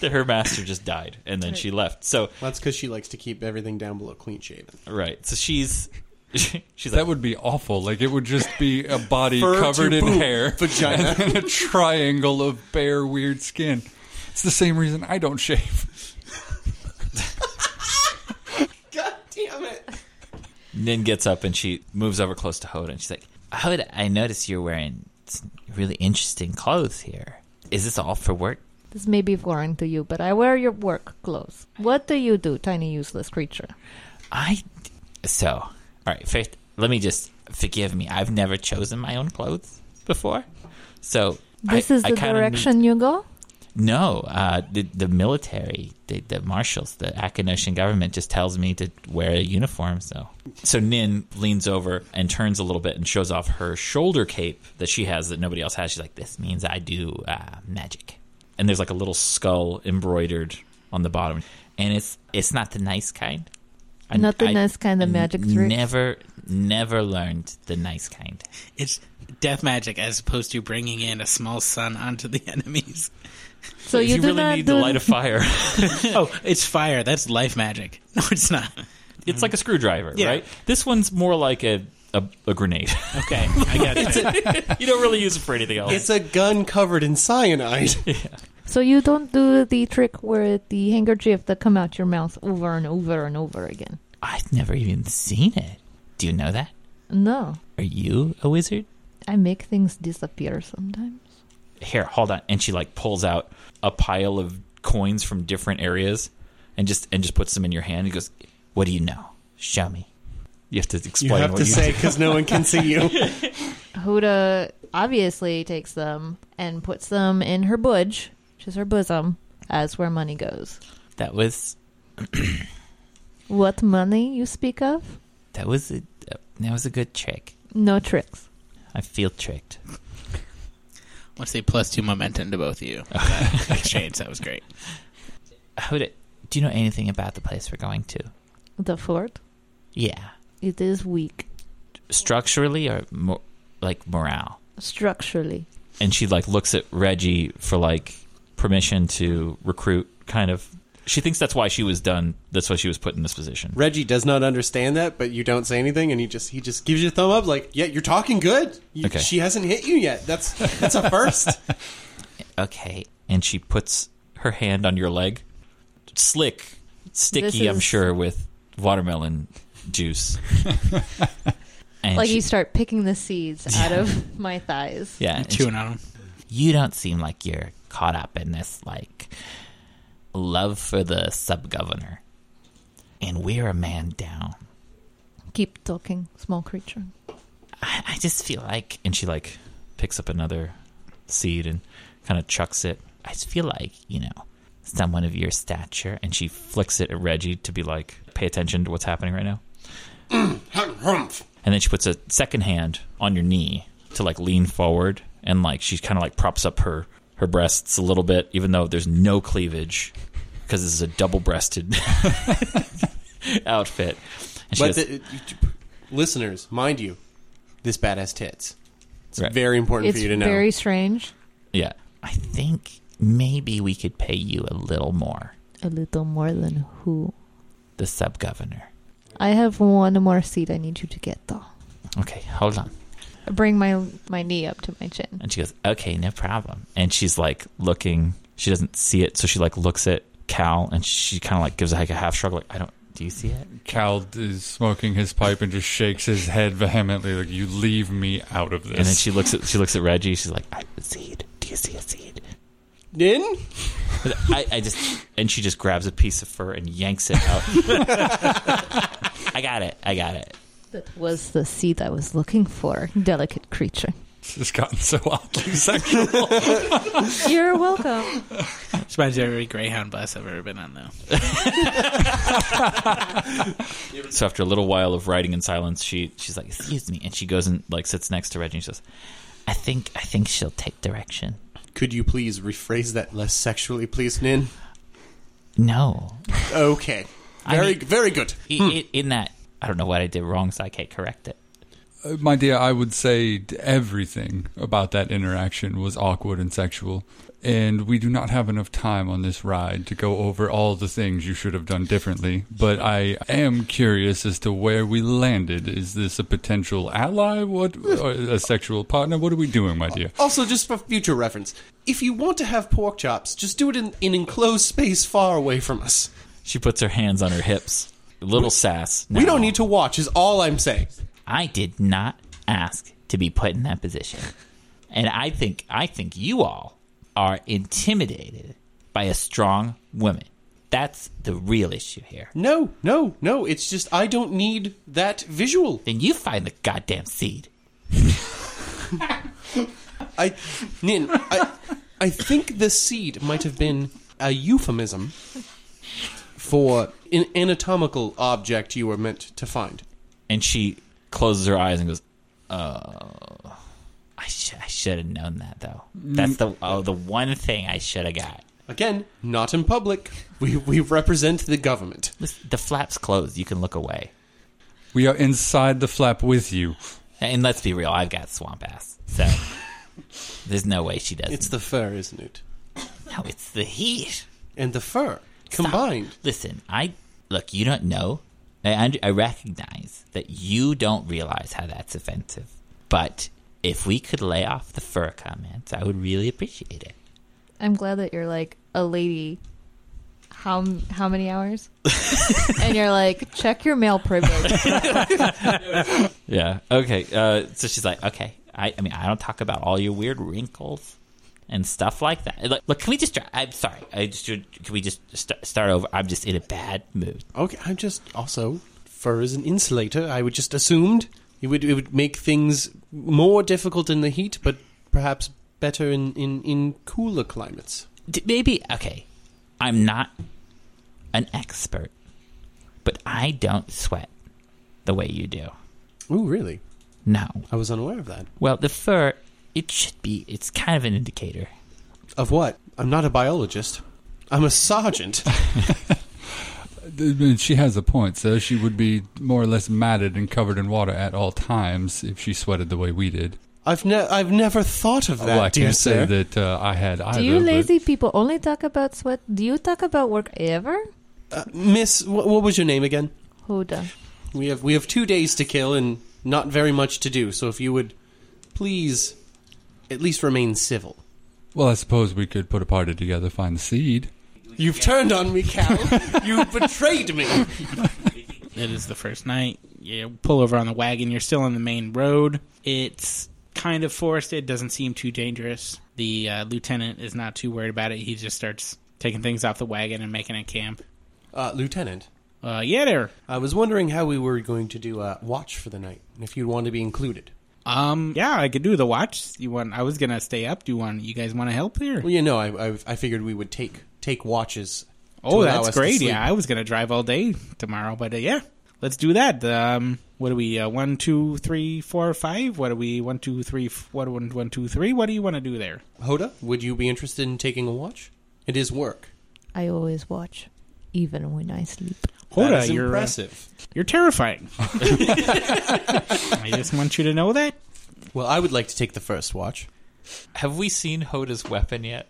Speaker 1: her master just died, and then she left. So,
Speaker 4: Well, that's because she likes to keep everything down below clean shaven.
Speaker 1: right. So she's she's
Speaker 6: That
Speaker 1: like,
Speaker 6: would be awful. Like it would just be a body
Speaker 4: Fur
Speaker 6: covered
Speaker 4: to
Speaker 6: in
Speaker 4: boob,
Speaker 6: hair
Speaker 4: vagina.
Speaker 6: and a triangle of bare weird skin. It's the same reason I don't shave.
Speaker 4: God damn it.
Speaker 1: Nin gets up and she moves over close to Hoda, and she's like,
Speaker 5: Hoda, I notice you're wearing some really interesting clothes here. Is this all for work?
Speaker 7: This may be foreign to you, but I wear your work clothes. What do you do, tiny useless creature?
Speaker 5: I so all right. First, let me just forgive me. I've never chosen my own clothes before, so I-
Speaker 7: This is
Speaker 5: I
Speaker 7: the
Speaker 5: kinda
Speaker 7: direction you go?
Speaker 5: need- no, uh, the the military, the, the marshals, the Akanosian government just tells me to wear a uniform. So
Speaker 1: So Nin leans over and turns a little bit and shows off her shoulder cape that she has that nobody else has. She's like,
Speaker 5: this means I do uh, magic.
Speaker 1: and there's like a little skull embroidered on the bottom.
Speaker 5: and it's it's not the nice kind.
Speaker 7: Not the nice kind of magic trick.
Speaker 5: Never, never learned the nice kind.
Speaker 2: it's death magic as opposed to bringing in a small sun onto the enemies.
Speaker 7: So you, do
Speaker 1: really
Speaker 7: not
Speaker 1: need
Speaker 7: do
Speaker 1: to light a fire.
Speaker 2: oh, it's fire. That's life magic. No, it's not.
Speaker 1: it's like a screwdriver,
Speaker 2: Yeah.
Speaker 1: right? This one's more like a a, a grenade.
Speaker 2: Okay, I got it.
Speaker 1: you don't really use it for anything else.
Speaker 4: It's a gun covered in cyanide.
Speaker 7: So you don't do the trick where the handkerchief that come out your mouth over and over and over again.
Speaker 5: I've never even seen it. Do you know that?
Speaker 7: No,
Speaker 5: Are you a wizard?
Speaker 7: I make things disappear sometimes.
Speaker 1: Here, hold on. And she like pulls out a pile of coins from different areas and just and just puts them in your hand and goes,
Speaker 5: What do you know? Show me.
Speaker 1: You have to explain
Speaker 4: You have
Speaker 1: what
Speaker 4: to
Speaker 1: you
Speaker 4: say because no one can see you.
Speaker 7: Huda obviously takes them and puts them in her budge, which is her bosom, as where money goes.
Speaker 5: That was
Speaker 7: What money you speak of?
Speaker 5: that was a that was a good trick.
Speaker 7: No tricks.
Speaker 5: I feel tricked.
Speaker 2: Once they plus two momentum to both of you. Exchange. That was great.
Speaker 5: How did, do you know anything about the place we're going to?
Speaker 7: The fort,
Speaker 5: Yeah,
Speaker 7: it is weak
Speaker 5: structurally or mo- like morale.
Speaker 7: structurally.
Speaker 1: and she like looks at Reggie for like permission to recruit kind of she thinks that's why she was done that's why she was put in this position.
Speaker 4: Reggie does not understand that, but you don't say anything, and he just he just gives you a thumb up, like, "Yeah, you're talking good. You,
Speaker 1: Okay.
Speaker 4: She hasn't hit you yet. That's that's a first.
Speaker 5: Okay,
Speaker 1: And she puts her hand on your leg. Slick,
Speaker 7: This
Speaker 1: sticky,
Speaker 7: is-
Speaker 1: I'm sure with watermelon juice. and
Speaker 7: Like
Speaker 1: she-
Speaker 7: you start picking the seeds out of my thighs.
Speaker 5: yeah,
Speaker 2: I'm
Speaker 5: and
Speaker 2: chewing on them.
Speaker 5: you don't seem like you're caught up in this like love for the sub governor, and we're a man down.
Speaker 7: Keep talking, small creature.
Speaker 5: I, I just feel like
Speaker 1: and she like picks up another seed and kind of chucks it.
Speaker 5: I just feel like you know someone of your stature, and
Speaker 1: And she flicks it at Reggie to be like, pay attention to what's happening right now. and then she puts a second hand on your knee to like lean forward and like she kind of like props up her her breasts a little bit even though there's no cleavage because this is a double breasted outfit and she goes,
Speaker 4: but the, listeners, mind you, this bat has tits. It's
Speaker 1: Right.
Speaker 4: very important
Speaker 7: It's
Speaker 4: for you to know.
Speaker 7: very strange.
Speaker 1: Yeah.
Speaker 5: I think maybe we could pay you a little more,
Speaker 7: A little more than who?
Speaker 5: the sub governor.
Speaker 7: I have one more seat I need you to get though.
Speaker 5: Okay, hold on.
Speaker 7: I bring my my knee up to my chin.
Speaker 5: And she goes, okay, no problem. And she's like looking, she doesn't see it. So she like looks at Cal and she kind of like gives like a half shrug, like, I don't, do you see it?
Speaker 6: Cal is smoking his pipe and just shakes his head vehemently, like, "You leave me out of this."
Speaker 5: And then she looks at, she looks at Reggie. She's like, I seed. Do you see a seed?
Speaker 4: In?
Speaker 5: But I, I just, and she just grabs a piece of fur and yanks it out. I got it. I got it.
Speaker 7: That was the seat I was looking for, delicate creature.
Speaker 6: This has gotten so oddly sexual.
Speaker 7: You're welcome.
Speaker 2: This reminds me of every Greyhound bus I've ever been on, though.
Speaker 5: So after a little while of riding in silence, she she's like, "Excuse me," and she goes and like sits next to Reggie and she says, "I think I think she'll take direction."
Speaker 4: Could you please rephrase that less sexually, please, Nin?
Speaker 5: No,
Speaker 4: Okay.
Speaker 5: I
Speaker 4: Very,
Speaker 5: mean-
Speaker 4: very good.
Speaker 5: I- i- in that I don't know what I did wrong, so I can't correct it.
Speaker 6: Uh, My dear, I would say d- everything about that interaction was awkward and sexual. And we do not have enough time on this ride to go over all the things you should have done differently. But I am curious as to where we landed. Is this a potential ally? What or a sexual partner? What are we doing, my dear?
Speaker 4: Also, just for future reference, if you want to have pork chops, just do it in an enclosed space far away from us.
Speaker 5: She puts her hands on her hips, a little sass.
Speaker 4: We don't need to watch, is all I'm saying.
Speaker 5: I did not ask to be put in that position, and I think I think you all are intimidated by a strong woman. That's the real issue here.
Speaker 4: No, no, no. It's just I don't need that visual.
Speaker 5: Then you find the goddamn seed.
Speaker 4: I, Nin, I, I think the seed might have been a euphemism for an anatomical object you were meant to find.
Speaker 5: and she closes her eyes and goes, "Oh, I, sh- I should have known that though. That's the oh the one thing I should have got.
Speaker 4: Again, not in public. We we represent the government.
Speaker 5: This- The flap's closed. You can look away.
Speaker 6: We are inside the flap with you.
Speaker 5: And let's be real, I've got swamp ass, so there's no way she doesn't.
Speaker 4: It's the fur, isn't it?
Speaker 5: no, it's the heat
Speaker 4: And the fur combined.
Speaker 5: Stop. Listen, I look. You don't know. I, und- I recognize that you don't realize how that's offensive, but if we could lay off the fur comments, I would really appreciate it.
Speaker 7: I'm glad that you're like a lady. How how many hours? and you're like, check your male privilege.
Speaker 5: Yeah. Okay. Uh, so she's like, okay. I, I mean, I don't talk about all your weird wrinkles and stuff like that. Like, look, can we just? Try, I'm sorry. I just should- can we just st- start over? I'm just in a bad mood.
Speaker 4: Okay, I'm just also fur is an insulator. I would just assumed it would it would make things more difficult in the heat, but perhaps better in in, in cooler climates.
Speaker 5: D- Maybe okay. I'm not an expert, but I don't sweat the way you do.
Speaker 4: Ooh, really?
Speaker 5: No.
Speaker 4: I was unaware of that.
Speaker 5: Well, the fur. It should be. It's kind of an indicator.
Speaker 4: Of what? I'm not a biologist. I'm a sergeant.
Speaker 6: I mean, She has a point, sir. She would be more or less matted and covered in water at all times if she sweated the way we did.
Speaker 4: I've ne- I've never thought of that,
Speaker 6: well, Oh, I
Speaker 4: dear
Speaker 6: can't
Speaker 4: sir.
Speaker 6: say that uh, I had either.
Speaker 7: Do you
Speaker 6: but-
Speaker 7: lazy people only talk about sweat? Do you talk about work ever?
Speaker 4: Uh, miss, wh- what was your name again?
Speaker 7: Huda.
Speaker 4: We have we have two days to kill and not very much to do. So if you would please at least remain civil.
Speaker 6: Well, I suppose we could put a party together, find the seed.
Speaker 4: You've turned on me, Cal. you betrayed me.
Speaker 2: It is the first night. You pull over on the wagon. You're still on the main road. It's kind of forested. Doesn't seem too dangerous. The uh, lieutenant is not too worried about it. He just starts taking things off the wagon and making a camp.
Speaker 4: Uh, Lieutenant,
Speaker 2: Uh, yeah, there.
Speaker 4: I was wondering how we were going to do a watch for the night, and if you'd want to be included.
Speaker 2: Um, yeah, I could do the watch. You want? I was gonna stay up. Do you want? You guys want to help here?
Speaker 4: Well, you know, I, I, I figured we would take take watches. to
Speaker 2: oh,
Speaker 4: allow
Speaker 2: that's
Speaker 4: us to
Speaker 2: great.
Speaker 4: sleep.
Speaker 2: Yeah, I was gonna drive all day tomorrow, but uh, yeah, let's do that. Um, what do we? Uh, one, two, three, four, five. What do we? One, two, three. f- What one, one, two, three. What do you want to do there?
Speaker 4: Hoda, would you be interested in taking a watch? It is work.
Speaker 7: I always watch, even when I sleep.
Speaker 2: Hoda,
Speaker 4: that is
Speaker 2: you're uh,
Speaker 4: impressive.
Speaker 2: you're terrifying. I just want you to know that.
Speaker 4: Well, I would like to take the first watch.
Speaker 5: Have we seen Hoda's weapon yet?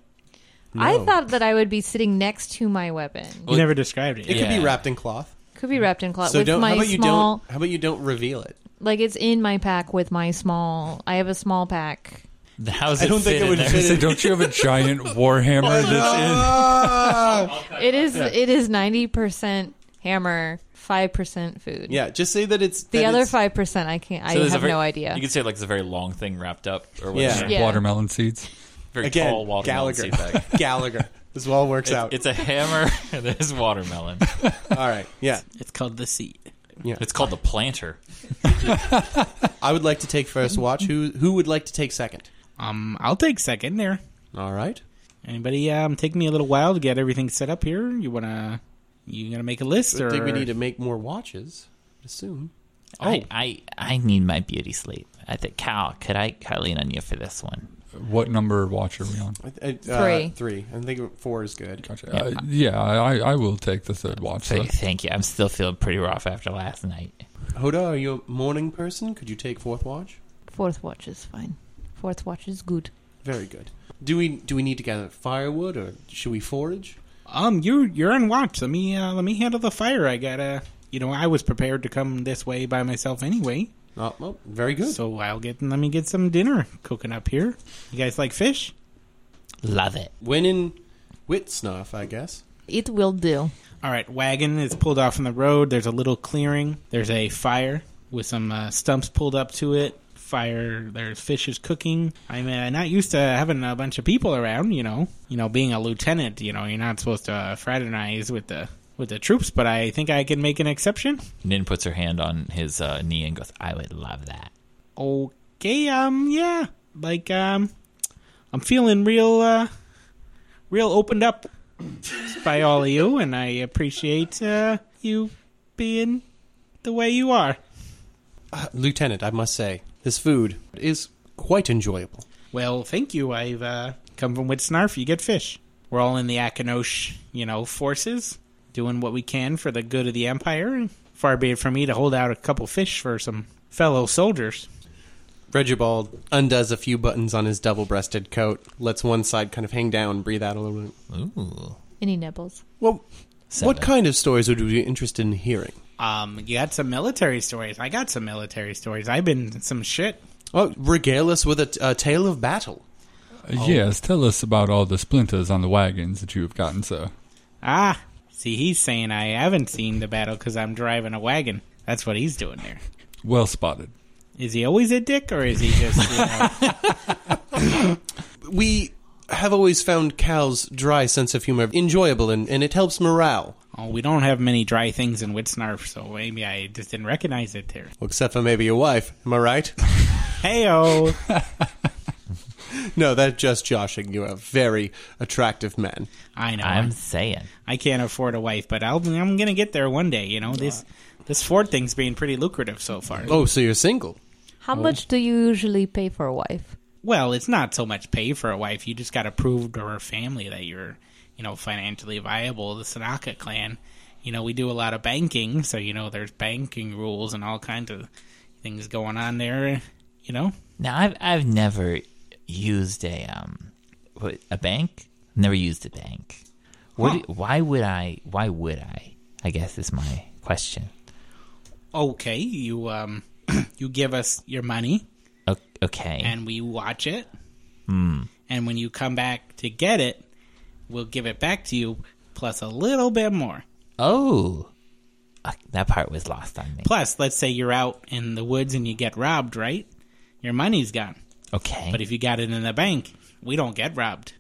Speaker 7: I
Speaker 4: No.
Speaker 7: thought that I would be sitting next to my weapon.
Speaker 2: You never described it.
Speaker 4: It
Speaker 2: yet.
Speaker 4: could be wrapped in cloth.
Speaker 7: Could be wrapped in cloth
Speaker 4: So
Speaker 7: Uh, with
Speaker 4: don't.
Speaker 7: my
Speaker 4: How about you
Speaker 7: small.
Speaker 4: don't? How about you don't reveal it?
Speaker 7: Like it's in my pack with my small. I have a small pack.
Speaker 5: How's
Speaker 4: I
Speaker 5: it
Speaker 4: don't think
Speaker 5: fit
Speaker 4: it
Speaker 5: in
Speaker 4: would
Speaker 5: there?
Speaker 4: fit
Speaker 6: Say,
Speaker 4: in.
Speaker 6: don't you have a giant warhammer that's in?
Speaker 2: Ah!
Speaker 7: It is. It is ninety percent hammer, five percent food.
Speaker 4: Yeah, just say that it's
Speaker 7: The
Speaker 4: that
Speaker 7: other
Speaker 4: it's-
Speaker 7: five percent, I can't.
Speaker 5: So
Speaker 7: I
Speaker 5: there's a
Speaker 7: have
Speaker 5: very-
Speaker 7: no idea.
Speaker 5: You could say like it's a very long thing wrapped up, or
Speaker 4: Yeah.
Speaker 5: whatever.
Speaker 7: Yeah.
Speaker 6: Watermelon seeds.
Speaker 5: Very tall
Speaker 4: Again,
Speaker 5: watermelon
Speaker 4: Gallagher.
Speaker 5: seed bag.
Speaker 4: Gallagher. This all works out.
Speaker 5: It's a hammer. and There's watermelon.
Speaker 4: all right. Yeah.
Speaker 2: It's called the seed.
Speaker 5: It's called the planter.
Speaker 4: I would like to take first watch. Who who would like to take second?
Speaker 2: Um, I'll take second there.
Speaker 4: All right.
Speaker 2: Anybody? Um, take me a little while to get everything set up here. You wanna you gonna make a list
Speaker 4: I
Speaker 2: or
Speaker 4: think we need to make more watches. I assume. Oh.
Speaker 5: I, I I need my beauty sleep. I think Cal, could I, could I lean on you for this one?
Speaker 6: What number watch are we on?
Speaker 4: I, I,
Speaker 7: Three.
Speaker 4: Uh, three. I think four is good.
Speaker 6: Gotcha. Yeah, uh, yeah I, I will take the third watch.
Speaker 5: Thank,
Speaker 6: though.
Speaker 5: thank you. I'm still feeling pretty rough after last night.
Speaker 4: Hoda, are you a morning person? Could you take fourth watch?
Speaker 7: Fourth watch is fine. Fourth watch is good.
Speaker 4: Very good. Do we do we need to gather firewood or should we forage?
Speaker 2: Um, you you're on watch. Let me uh, let me handle the fire. I gotta. You know, I was prepared to come this way by myself anyway.
Speaker 4: Oh, well, very good.
Speaker 2: So I'll get let me get some dinner cooking up here. You guys like fish?
Speaker 5: Love it.
Speaker 4: when in wit snuff, I guess.
Speaker 7: It will do.
Speaker 2: All right, wagon is pulled off on the road. There's a little clearing. There's a fire with some uh, stumps pulled up to it. Fire. There's fish is cooking. I'm uh, not used to having a bunch of people around. You know, you know, being a lieutenant, you know, you're not supposed to fraternize with the with the troops. But I think I can make an exception.
Speaker 5: Nin puts her hand on his uh, knee and goes, "I would love that."
Speaker 2: okay um yeah like um i'm feeling real uh real opened up by all of you and i appreciate uh you being the way you are
Speaker 4: Uh, Lieutenant, I must say, this food is quite enjoyable.
Speaker 2: well thank you i've uh come from with snarf you get fish we're all in the akinosh you know forces doing what we can for the good of the empire far be it from me to hold out a couple fish for some fellow soldiers
Speaker 4: Regibald undoes a few buttons on his double-breasted coat, lets one side kind of hang down, breathe out a little bit.
Speaker 5: Ooh,
Speaker 7: Any nibbles?
Speaker 4: Well,
Speaker 5: Seven.
Speaker 4: what kind of stories would you be interested in hearing?
Speaker 2: Um, you got some military stories. I got some military stories. I've been some shit.
Speaker 4: Oh, regale us with a, t- a tale of battle.
Speaker 6: Uh, Yes, tell us about all the splinters on the wagons that you have gotten, sir.
Speaker 2: Ah, see, he's saying I haven't seen the battle because I'm driving a wagon. That's what he's doing there.
Speaker 6: Well spotted.
Speaker 2: Is he always a dick, or is he just? You know,
Speaker 4: We have always found Cal's dry sense of humor enjoyable, and, and it helps morale.
Speaker 2: oh, we don't have many dry things in Whitsnarf, so maybe I just didn't recognize it there.
Speaker 4: Well, except for maybe your wife. Am I right?
Speaker 2: Heyo,
Speaker 4: no, that's just joshing. You are very attractive men.
Speaker 2: I know
Speaker 5: I'm
Speaker 2: I'm,
Speaker 5: saying
Speaker 2: I can not afford a wife, but I'll, I'm gonna get there one day. You know this this Ford thing's being pretty lucrative so far.
Speaker 4: Oh, so you're single? Oh.
Speaker 7: How much do you usually pay for a wife?
Speaker 2: well, it's not so much pay for a wife. You just got to prove to her family that you're, you know, financially viable. The Sanaka clan, you know, we do a lot of banking, so you know, there's banking rules and all kinds of things going on there. You know,
Speaker 5: now, I've I've never used a um what- a bank. Never used a bank. What? do- why would I? Why would I? I guess is my question.
Speaker 2: okay, you um, you give us your money
Speaker 5: O- okay.
Speaker 2: and we watch it, and when you come back to get it, we'll give it back to you plus a little bit more.
Speaker 5: oh, Uh, that part was lost on me.
Speaker 2: Plus, let's say you're out in the woods and you get robbed, right? Your money's gone.
Speaker 5: Okay.
Speaker 2: But if you got it in the bank, we don't get robbed.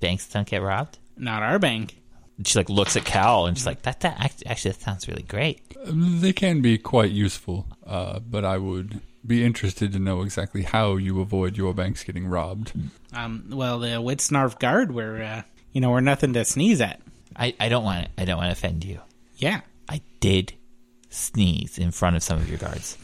Speaker 5: banks don't get robbed.
Speaker 2: Not our bank.
Speaker 5: And she like looks at Cal
Speaker 2: Mm-hmm.
Speaker 5: and she's like, "That that act- actually that sounds really great."
Speaker 6: Um, They can be quite useful, uh, but I would be interested to know exactly how you avoid your banks getting robbed.
Speaker 2: Um, well, the Whitsnarf Guard, we're, uh, you know, we're nothing to sneeze at.
Speaker 5: I, I don't want to, I don't want to offend you.
Speaker 2: Yeah.
Speaker 5: I did sneeze in front of some of your guards.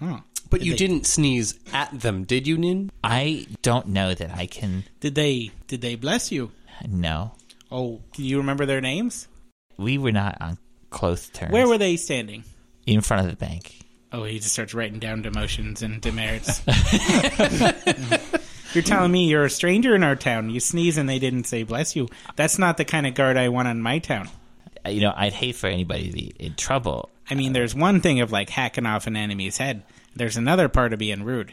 Speaker 2: Huh.
Speaker 4: But you didn't sneeze at them, did you, Nin?
Speaker 5: I don't know that I can.
Speaker 2: Did they, did they bless you?
Speaker 5: No,
Speaker 2: Oh, do you remember their names?
Speaker 5: we were not on close turns.
Speaker 2: Where were they standing?
Speaker 5: in front of the bank?
Speaker 2: Oh, he just starts writing down demotions and demerits. you're telling me you're a stranger in our town. You sneeze and they didn't say bless you. That's not the kind of guard I want on my town.
Speaker 5: Uh, You know, I'd hate for anybody to be in trouble.
Speaker 2: I mean, there's one thing of like hacking off an enemy's head. There's another part of being rude.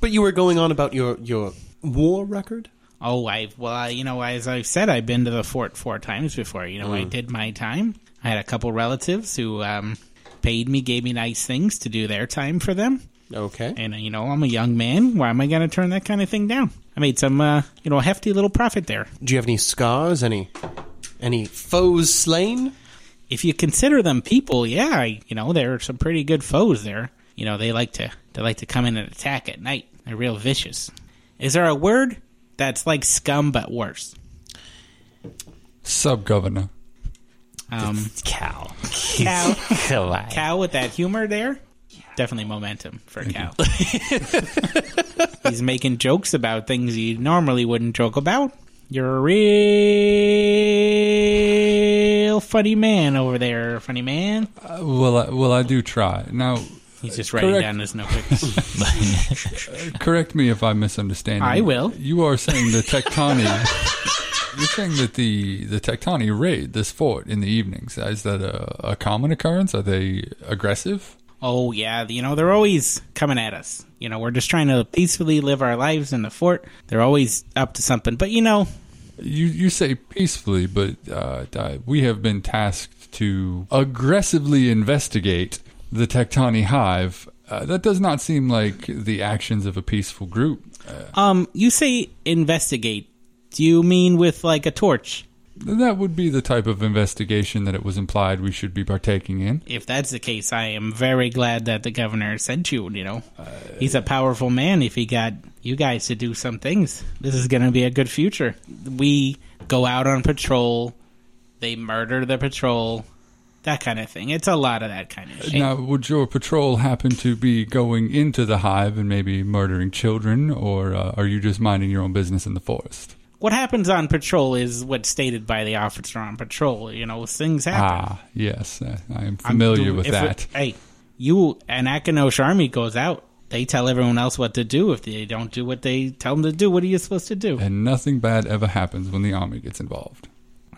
Speaker 4: But you were going on about your your war record.
Speaker 2: Oh, I well, I, you know, as I've said, I've been to the fort four times before. You know, I did my time. I had a couple relatives who um, paid me, gave me nice things to do their time for them.
Speaker 4: Okay.
Speaker 2: And uh, you know, I'm a young man. Why am I going to turn that kind of thing down? I made some, uh, you know, hefty little profit there.
Speaker 4: Do you have any scars? Any any foes slain?
Speaker 2: If you consider them people, yeah, I, you know, there are some pretty good foes there. You know, they like to they like to come in and attack at night. They're real vicious. Is there a word that's like scum but worse?
Speaker 6: Sub governor.
Speaker 2: Um,
Speaker 5: Cow.
Speaker 2: cow,
Speaker 5: Come on.
Speaker 2: cow with that humor there. Definitely momentum for a cow. He's making jokes about things you normally wouldn't joke about. You're a real funny man over there, funny man.
Speaker 6: Uh, well, I, well, I do try. Now,
Speaker 2: He's just writing
Speaker 6: Correct.
Speaker 2: down his notebooks.
Speaker 6: correct me if I misunderstand.
Speaker 2: I
Speaker 6: you.
Speaker 2: will.
Speaker 6: You are saying the Tectani. you're saying that the the Tectani raid this fort in the evenings. Is that a, a common occurrence? Are they aggressive?
Speaker 2: oh yeah, you know they're always coming at us. You know we're just trying to peacefully live our lives in the fort. They're always up to something, but you know
Speaker 6: You you say peacefully, but uh, uh, we have been tasked to aggressively investigate the Tectani hive. Uh, that does not seem like the actions of a peaceful group.
Speaker 2: Um, you say investigate. Do you mean with like a torch?
Speaker 6: That would be the type of investigation that it was implied we should be partaking in.
Speaker 2: If that's the case, I am very glad that the governor sent you. You know, he's a powerful man. If he got you guys to do some things, this is going to be a good future. We go out on patrol. They murder the patrol. That kind of thing. It's a lot of that kind of shit.
Speaker 6: Now, would your patrol happen to be going into the hive and maybe murdering children, or uh, are you just minding your own business in the forest?
Speaker 2: What happens on patrol is what's stated by the officer on patrol. You know, things happen.
Speaker 6: Ah, yes, I, I am
Speaker 2: I'm
Speaker 6: familiar
Speaker 2: doing-
Speaker 6: with
Speaker 2: if it-
Speaker 6: that.
Speaker 2: hey, you an Akinosh army goes out. They tell everyone else what to do. If they don't do what they tell them to do, what are you supposed to do?
Speaker 6: and nothing bad ever happens when the army gets involved.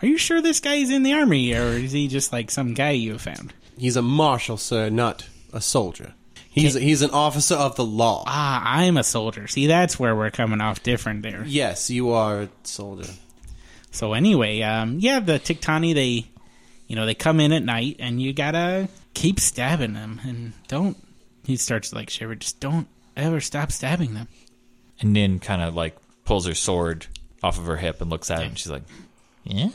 Speaker 2: Are you sure this guy is in the army, or is he just like some guy you found?
Speaker 4: He's a marshal, sir, not a soldier. He's he's an officer of the law.
Speaker 2: Ah, I'm a soldier. See, that's where we're coming off different there.
Speaker 4: Yes, you are a soldier.
Speaker 2: So anyway, um, yeah, the Tiktani they, you know, they come in at night, and you gotta keep stabbing them, and don't. He starts to like shiver. Just don't ever stop stabbing them.
Speaker 1: And Nin kind of like pulls her sword off of her hip and looks at him. She's like,
Speaker 5: Yeah.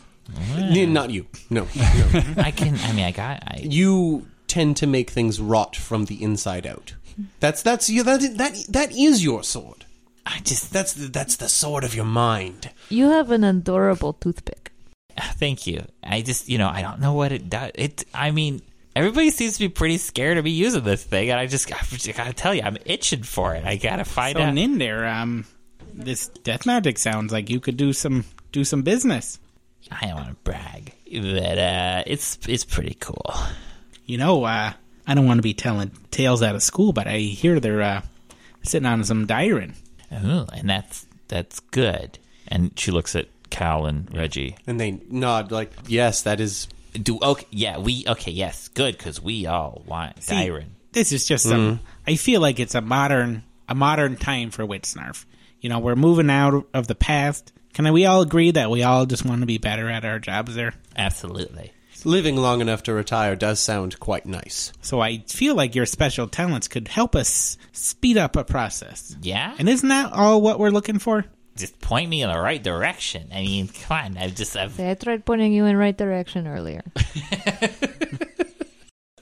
Speaker 4: N- Not you. No, no.
Speaker 5: I can. I mean, I got. I,
Speaker 4: you tend to make things rot from the inside out. That's that's you. That that that is your sword.
Speaker 5: I just.
Speaker 4: That's the, that's the sword of your mind.
Speaker 7: You have an adorable toothpick.
Speaker 5: Thank you. I just. You know, I don't know what it does. It. I mean, everybody seems to be pretty scared of me using this thing, and I just. I just gotta tell you, I'm itching for it. I gotta find
Speaker 2: So
Speaker 5: out.
Speaker 2: in there, um, this death magic sounds like you could do some do some business.
Speaker 5: I don't want to brag, but uh, it's it's pretty cool.
Speaker 2: You know, uh, I don't want to be telling tales out of school, but I hear they're uh, sitting on some diurin.
Speaker 5: Ooh, and that's that's good.
Speaker 1: and she looks at Cal and Reggie.
Speaker 4: And they nod like, yes, that is.
Speaker 5: Do okay, yeah, we okay, yes, good because we all want
Speaker 2: See,
Speaker 5: Siren.
Speaker 2: This is just some. I feel like it's a modern a modern time for Whitsnarf. You know, we're moving out of the past. Can we all agree that we all just want to be better at our jobs there?
Speaker 5: Absolutely.
Speaker 4: Living long enough to retire does sound quite nice.
Speaker 2: So I feel like your special talents could help us speed up a process.
Speaker 5: Yeah,
Speaker 2: And isn't that all what we're looking for?
Speaker 5: just point me in the right direction. I mean, come on. I just I've,
Speaker 7: See, I tried pointing you in right direction earlier.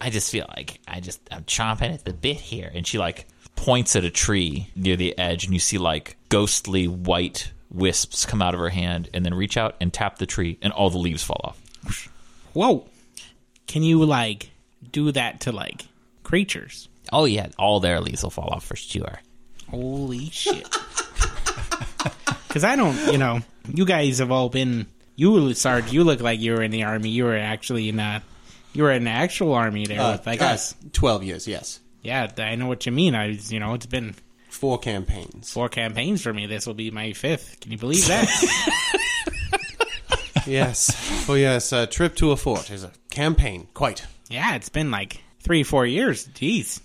Speaker 5: I just feel like I just I'm chomping at the bit here. And she like points at a tree near the edge, and you see like ghostly white wisps come out of her hand, and then reach out and tap the tree, and all the leaves fall off.
Speaker 2: Whoa. Can you, like, do that to, like, creatures?
Speaker 5: Oh yeah, all their leaves will fall off for sure.
Speaker 2: Holy shit. Because I don't, you know, you guys have all been. You, Sarge, you look like you were in the army. You were actually in, uh, You were in the actual army there
Speaker 4: Uh,
Speaker 2: with like
Speaker 4: uh,
Speaker 2: us.
Speaker 4: Twelve years, yes.
Speaker 2: Yeah, I know what you mean. I, you know, it's been
Speaker 4: Four campaigns.
Speaker 2: four campaigns for me. This will be my fifth. Can you believe that?
Speaker 4: yes. For yes, a trip to a fort is a campaign. Quite.
Speaker 2: yeah, it's been like three, four years. Jeez,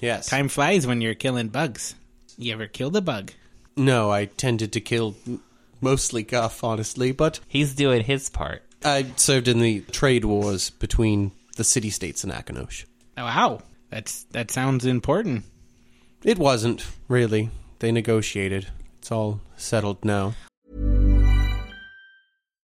Speaker 4: Yes.
Speaker 2: time flies when you're killing bugs. You ever killed a bug?
Speaker 4: No, I tended to kill m- mostly Guff, honestly, but
Speaker 5: He's doing his part.
Speaker 4: I served in the trade wars between the city states and Akanosh.
Speaker 2: Oh, wow, that's that sounds important.
Speaker 4: It wasn't, really. They negotiated. It's all settled now.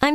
Speaker 8: I'm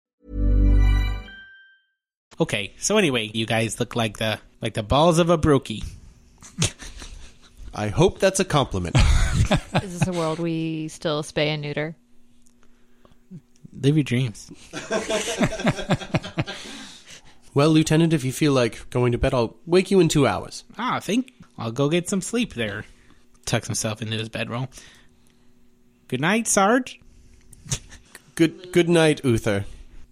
Speaker 2: Okay, so anyway, you guys look like the like the balls of a brookie.
Speaker 4: I hope that's a compliment.
Speaker 7: Is this a world we still spay and neuter?
Speaker 2: Live your dreams.
Speaker 4: well, Lieutenant, if you feel like going to bed, I'll wake you in two hours.
Speaker 2: Ah, I think I'll go get some sleep there. Tucks himself into his bedroll. Good night, Sarge.
Speaker 4: Good good night, Uther.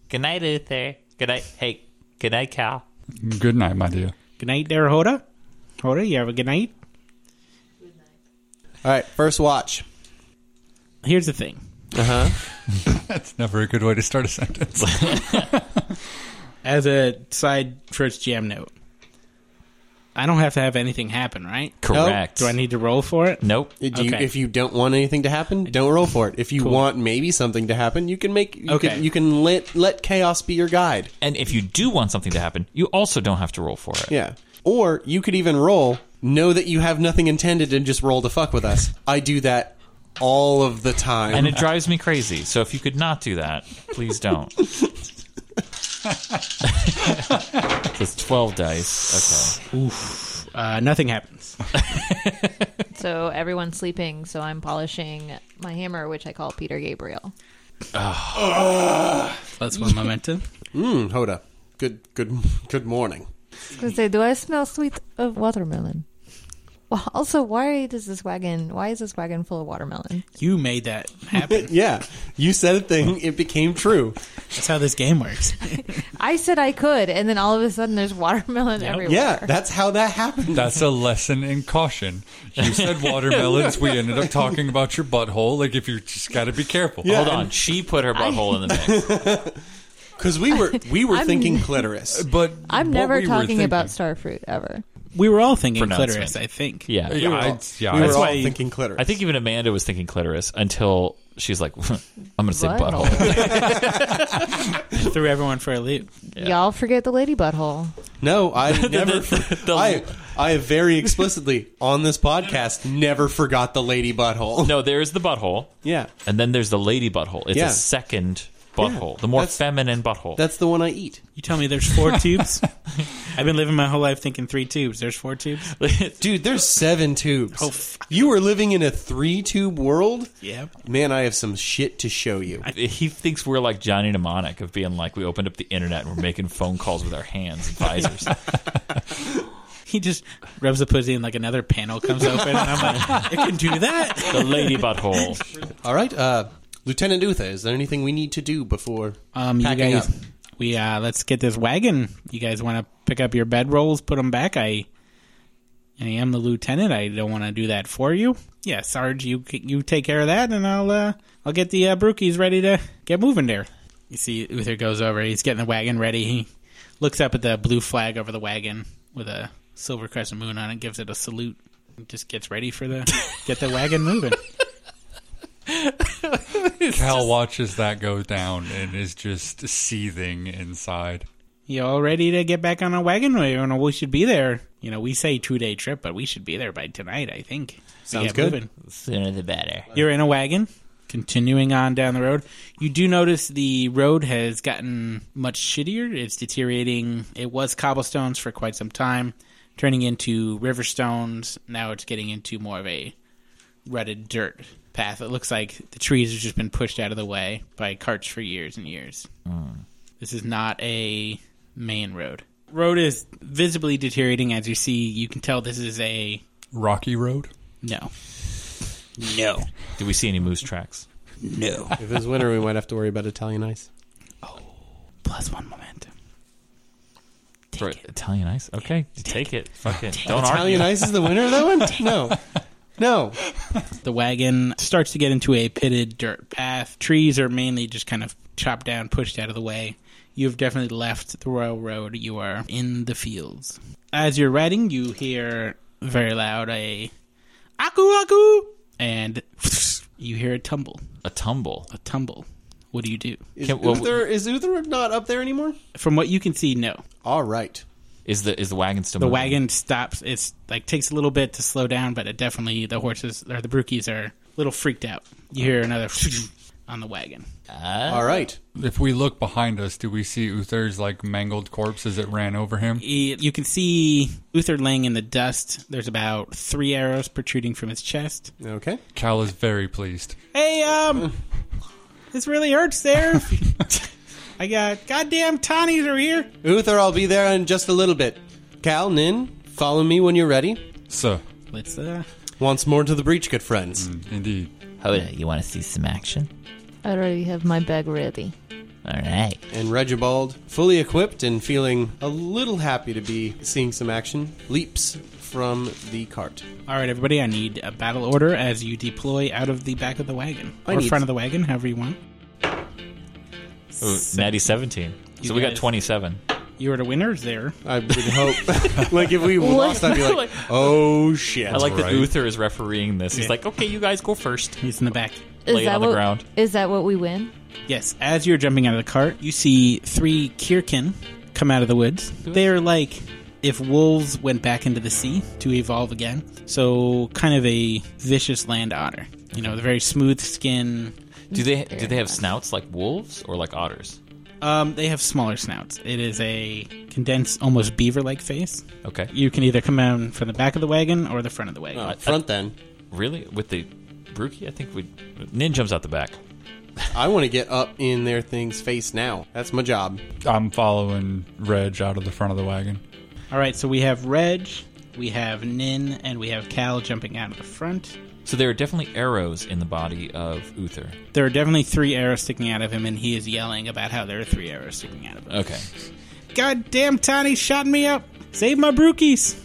Speaker 5: Good night, Uther. Good night. Hey, good night, Cal.
Speaker 6: Good night, my dear.
Speaker 2: Good night there, Hoda. Hoda, you have a good night.
Speaker 4: All right, first watch.
Speaker 2: Here's the thing.
Speaker 6: That's never a good way to start a sentence.
Speaker 2: As a side first jam note, I don't have to have anything happen, right?
Speaker 5: Correct.
Speaker 2: Do I need to roll for it?
Speaker 5: Nope.
Speaker 4: Did you-
Speaker 2: Okay.
Speaker 4: if you don't want anything to happen, don't roll for it. If you want maybe something to happen, you can make you
Speaker 2: Okay.
Speaker 4: can, you can let let chaos be your guide.
Speaker 1: And if you do want something to happen, you also don't have to roll for it.
Speaker 4: Yeah. Or you could even roll, know that you have nothing intended, and just roll to fuck with us. I do that all of the time.
Speaker 1: And it drives me crazy. So if you could not do that, please don't. It's 12 dice. Okay.
Speaker 2: Uh, nothing happens.
Speaker 7: So everyone's sleeping, so I'm polishing my hammer, which I call Peter Gabriel.
Speaker 2: That's one momentum.
Speaker 4: Mm, Hoda, good good good morning.
Speaker 7: Because say, do I smell sweet of watermelon? Well, also, why does this wagon? Why is this wagon full of watermelon?
Speaker 2: You made that happen.
Speaker 4: Yeah, you said a thing; it became true.
Speaker 2: That's how this game works.
Speaker 7: I said I could, and then all of a sudden, there's watermelon everywhere.
Speaker 4: Yeah, that's how that happened.
Speaker 6: That's a lesson in caution. You said watermelons. We ended up talking about your butthole. Like, if you just got to be careful.
Speaker 4: Yeah,
Speaker 1: Hold on. She put her butthole in the mix.
Speaker 4: because we were we were
Speaker 7: I'm-
Speaker 4: thinking clitoris.
Speaker 6: But
Speaker 7: I'm
Speaker 6: what
Speaker 7: never
Speaker 6: we were
Speaker 7: talking
Speaker 6: thinking-
Speaker 7: about starfruit ever.
Speaker 2: we were all thinking
Speaker 1: Pronouncement.
Speaker 2: clitoris, I think.
Speaker 1: Yeah.
Speaker 6: Yeah, I, yeah,
Speaker 4: we
Speaker 6: I-
Speaker 4: were all
Speaker 2: why you-
Speaker 4: thinking clitoris.
Speaker 1: I think even Amanda was thinking clitoris until she's like, I'm going to say
Speaker 7: Butthole.
Speaker 1: butthole.
Speaker 2: Threw everyone for a loop.
Speaker 7: Y'all forget the lady butthole.
Speaker 4: no, I never.
Speaker 1: the-
Speaker 4: I I have very explicitly on this podcast never forgot the lady butthole.
Speaker 1: No, there is the butthole,
Speaker 4: Yeah,
Speaker 1: and then there's the lady butthole. It's
Speaker 4: Yeah.
Speaker 1: a second butthole, the more
Speaker 4: That's-
Speaker 1: feminine butthole.
Speaker 4: that's the one I eat.
Speaker 2: You tell me there's four tubes? I've been living my whole life thinking three tubes. There's four tubes?
Speaker 4: Dude, there's seven tubes.
Speaker 2: Oh, fuck.
Speaker 4: you were living in a three tube world.
Speaker 2: Yeah.
Speaker 4: Man, I have some shit to show you.
Speaker 1: he thinks we're like Johnny Mnemonic of being like we opened up the internet and we're making phone calls with our hands and visors.
Speaker 2: He just rubs the pussy and like another panel comes open and I'm like, it can do that?
Speaker 1: the lady butthole.
Speaker 4: All right, uh, Lieutenant Uther, is there anything we need to do before
Speaker 2: Um, you
Speaker 4: packing
Speaker 2: guys,
Speaker 4: up?
Speaker 2: we, uh, let's get this wagon. You guys want to pick up your bed rolls, put them back? I, I am the lieutenant. I don't want to do that for you. Yeah, Sarge, you, you take care of that and I'll, uh, I'll get the, uh, brookies ready to get moving there. You see, Uther goes over. He's getting the wagon ready. He looks up at the blue flag over the wagon with a silver crescent moon on it, gives it a salute, and just gets ready for the get the wagon moving.
Speaker 6: Cal watches that go down and is just seething inside.
Speaker 2: You all ready to get back on a wagon? We, you know, we should be there. You know, we say two day trip, but we should be there by tonight. I think. to
Speaker 4: Sounds
Speaker 2: get
Speaker 4: good.
Speaker 2: moving.
Speaker 5: Sooner the better.
Speaker 2: You're in a wagon. Continuing on down the road, you do notice the road has gotten much shittier. It's deteriorating. It was cobblestones for quite some time, turning into river stones. Now it's getting into more of a rutted dirt path. It looks like the trees have just been pushed out of the way by carts for years and years. This is not a main road. Road is visibly deteriorating as you see. You can tell this is a
Speaker 6: Rocky Road?
Speaker 2: no.
Speaker 5: No. Do we see any moose tracks?
Speaker 2: No.
Speaker 4: If it's winter, we might have to worry about Italian ice.
Speaker 2: Plus one momentum.
Speaker 5: Take it. Italian ice. Okay, take, it. Fuck it. Don't
Speaker 4: Italian ice is the winner of that one? No. No.
Speaker 2: The wagon starts to get into a pitted dirt path. Trees are mainly just kind of chopped down, pushed out of the way. You've definitely left the royal road. You are in the fields. As you're riding, you hear very loud a aku aku, and you hear a tumble,
Speaker 5: a tumble.
Speaker 2: a tumble. What do you do?
Speaker 4: Is,
Speaker 5: Can- well,
Speaker 4: Uther, is Uther not up there anymore?
Speaker 2: From what you can see, no.
Speaker 4: All right.
Speaker 5: Is the is the wagon still
Speaker 2: The
Speaker 5: moving?
Speaker 2: wagon stops. It's like takes a little bit to slow down, but it definitely the horses or the brookies are a little freaked out. You hear another on the wagon.
Speaker 1: Uh.
Speaker 4: All right.
Speaker 6: If we look behind us, do we see Uther's like mangled corpse as it ran over him?
Speaker 2: He- E, you can see Uther laying in the dust. There's about three arrows protruding from his chest.
Speaker 4: Okay.
Speaker 6: Cal is very pleased.
Speaker 2: Hey, um, this really hurts there. I got goddamn Tawnies are here.
Speaker 4: Uther, I'll be there in just a little bit. Cal, Nin, follow me when you're ready.
Speaker 6: Sir,
Speaker 2: Let's uh,
Speaker 4: Once more to the breach, good friends.
Speaker 6: indeed.
Speaker 5: Hoda, you want to see some action?
Speaker 7: I already have my bag ready.
Speaker 5: All right.
Speaker 4: And Regibald, fully equipped and feeling a little happy to be seeing some action, leaps from the cart.
Speaker 2: all right, everybody. I need a battle order as you deploy out of the back of the wagon
Speaker 4: I
Speaker 2: or
Speaker 4: need-
Speaker 2: front of the wagon, however you want.
Speaker 5: Ooh, Natty seventeen. So
Speaker 2: You
Speaker 5: we got
Speaker 2: guys-
Speaker 5: twenty seven.
Speaker 2: You are the winners there.
Speaker 4: I would hope. like, if we lost, I'd be like, oh shit.
Speaker 5: I like that
Speaker 6: right.
Speaker 5: Uther is refereeing this. He's
Speaker 2: Yeah.
Speaker 5: like, okay, you guys go first.
Speaker 2: He's in the back.
Speaker 7: Is
Speaker 5: Lay it
Speaker 7: that
Speaker 5: on the
Speaker 7: what,
Speaker 5: ground.
Speaker 7: Is that what we win?
Speaker 2: Yes, as you're jumping out of the cart, you see three Kirkin come out of the woods. They are like if wolves went back into the sea to evolve again. So, kind of a vicious land otter. You know, the very smooth skin.
Speaker 5: Do they do they have snouts like wolves or like otters?
Speaker 2: Um, they have smaller snouts. It is a condensed, almost beaver like face.
Speaker 5: Okay.
Speaker 2: You can either come out from the back of the wagon or the front of the wagon.
Speaker 4: Uh, front then.
Speaker 5: Really? With the Brookie? I think we Nin jumps out the back.
Speaker 4: I want to get up in their thing's face now. That's my job.
Speaker 6: I'm following Reg out of the front of the wagon.
Speaker 2: All right, so we have Reg, we have Nin, and we have Cal jumping out of the front.
Speaker 5: So there are definitely arrows in the body of Uther.
Speaker 2: There are definitely three arrows sticking out of him, and he is yelling about how there are three arrows sticking out of him.
Speaker 5: Okay.
Speaker 2: Goddamn, Tony shot me up. Save my brookies.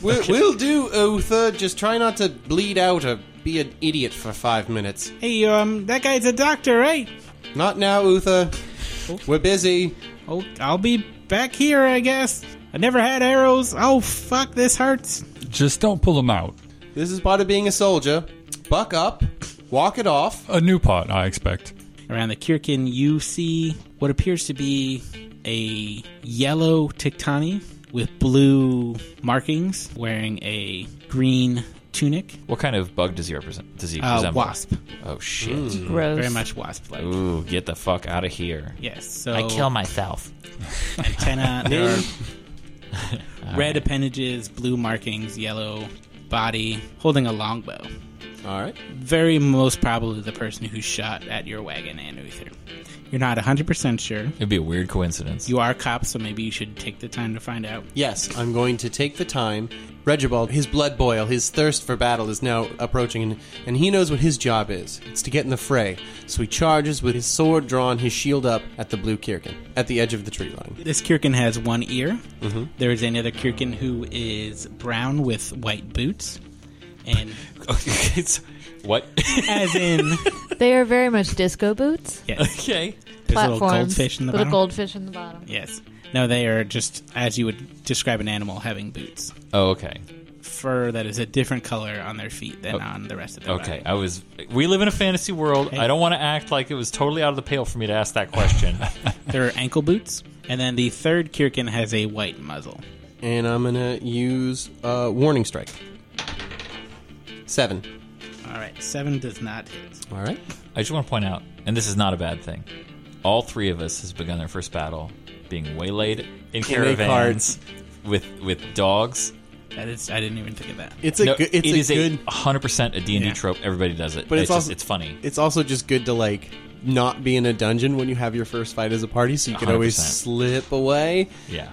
Speaker 4: We'll, we'll do, Uther. Just try not to bleed out or be an idiot for five minutes.
Speaker 2: Hey, um, that guy's a doctor, right?
Speaker 4: Not now, Uther. We're busy.
Speaker 2: Oh, I'll be back here, I guess. I never had arrows. Oh, fuck, this hurts.
Speaker 6: Just don't pull him out.
Speaker 4: This is part of being a soldier. Buck up, walk it off.
Speaker 6: A new pot, I expect.
Speaker 2: Around the Kirkin, you see what appears to be a yellow Tiktani with blue markings, wearing a green tunic.
Speaker 5: What kind of bug does he represent? Does he
Speaker 2: Uh,
Speaker 5: resemble?
Speaker 2: wasp.
Speaker 5: Oh shit.
Speaker 7: Gross.
Speaker 2: Very much wasp-like.
Speaker 5: Ooh, get the fuck out of here.
Speaker 2: Yes, so...
Speaker 5: I kill myself.
Speaker 2: antenna. There are red appendages, blue markings, yellow body, holding a longbow.
Speaker 4: All right.
Speaker 2: Very most probably the person who shot at your wagon and Uther. You're not 100% sure.
Speaker 5: It'd be a weird coincidence.
Speaker 2: You are cops, so maybe you should take the time to find out.
Speaker 4: Yes, I'm going to take the time. Regibald, his blood boil, his thirst for battle is now approaching, and, and he knows what his job is. It's to get in the fray. So he charges with his sword drawn, his shield up at the blue Kirkin, at the edge of the tree line.
Speaker 2: This Kirkin has one ear. There is another Kirkin who is brown with white boots. And
Speaker 5: Okay, it's- what?
Speaker 2: as in,
Speaker 7: They are very much disco boots.
Speaker 2: yes.
Speaker 5: okay.
Speaker 2: There's little
Speaker 7: platforms.
Speaker 2: goldfish in the
Speaker 7: little
Speaker 2: bottom?
Speaker 7: goldfish in the bottom.
Speaker 2: Yes. No, they are just as you would describe an animal having boots.
Speaker 1: Oh, okay.
Speaker 2: Fur that is a different color on their feet than on the rest of their
Speaker 1: Okay,
Speaker 2: body.
Speaker 1: I was. We live in a fantasy world. I don't want to act like it was totally out of the pale for me to ask that question.
Speaker 2: There are ankle boots, and then the third Kirkin has a white muzzle.
Speaker 4: And I'm gonna use uh, warning strike. Seven.
Speaker 2: All right, seven does not hit.
Speaker 4: All right.
Speaker 1: I just want to point out, and this is not a bad thing. All three of us has begun their first battle being waylaid in caravans
Speaker 4: carts.
Speaker 1: with with dogs.
Speaker 2: That is, I didn't even think of that.
Speaker 4: It's a
Speaker 1: No,
Speaker 4: good. It's
Speaker 1: it
Speaker 4: a
Speaker 1: is
Speaker 4: good.
Speaker 1: hundred percent a D and D
Speaker 2: Yeah.
Speaker 1: trope. Everybody does it,
Speaker 4: But it's
Speaker 1: it's, just,
Speaker 4: also-
Speaker 1: it's funny.
Speaker 4: it's also just good to like not be in a dungeon when you have your first fight as a party, so you can always
Speaker 1: 100%.
Speaker 4: slip away.
Speaker 1: Yeah,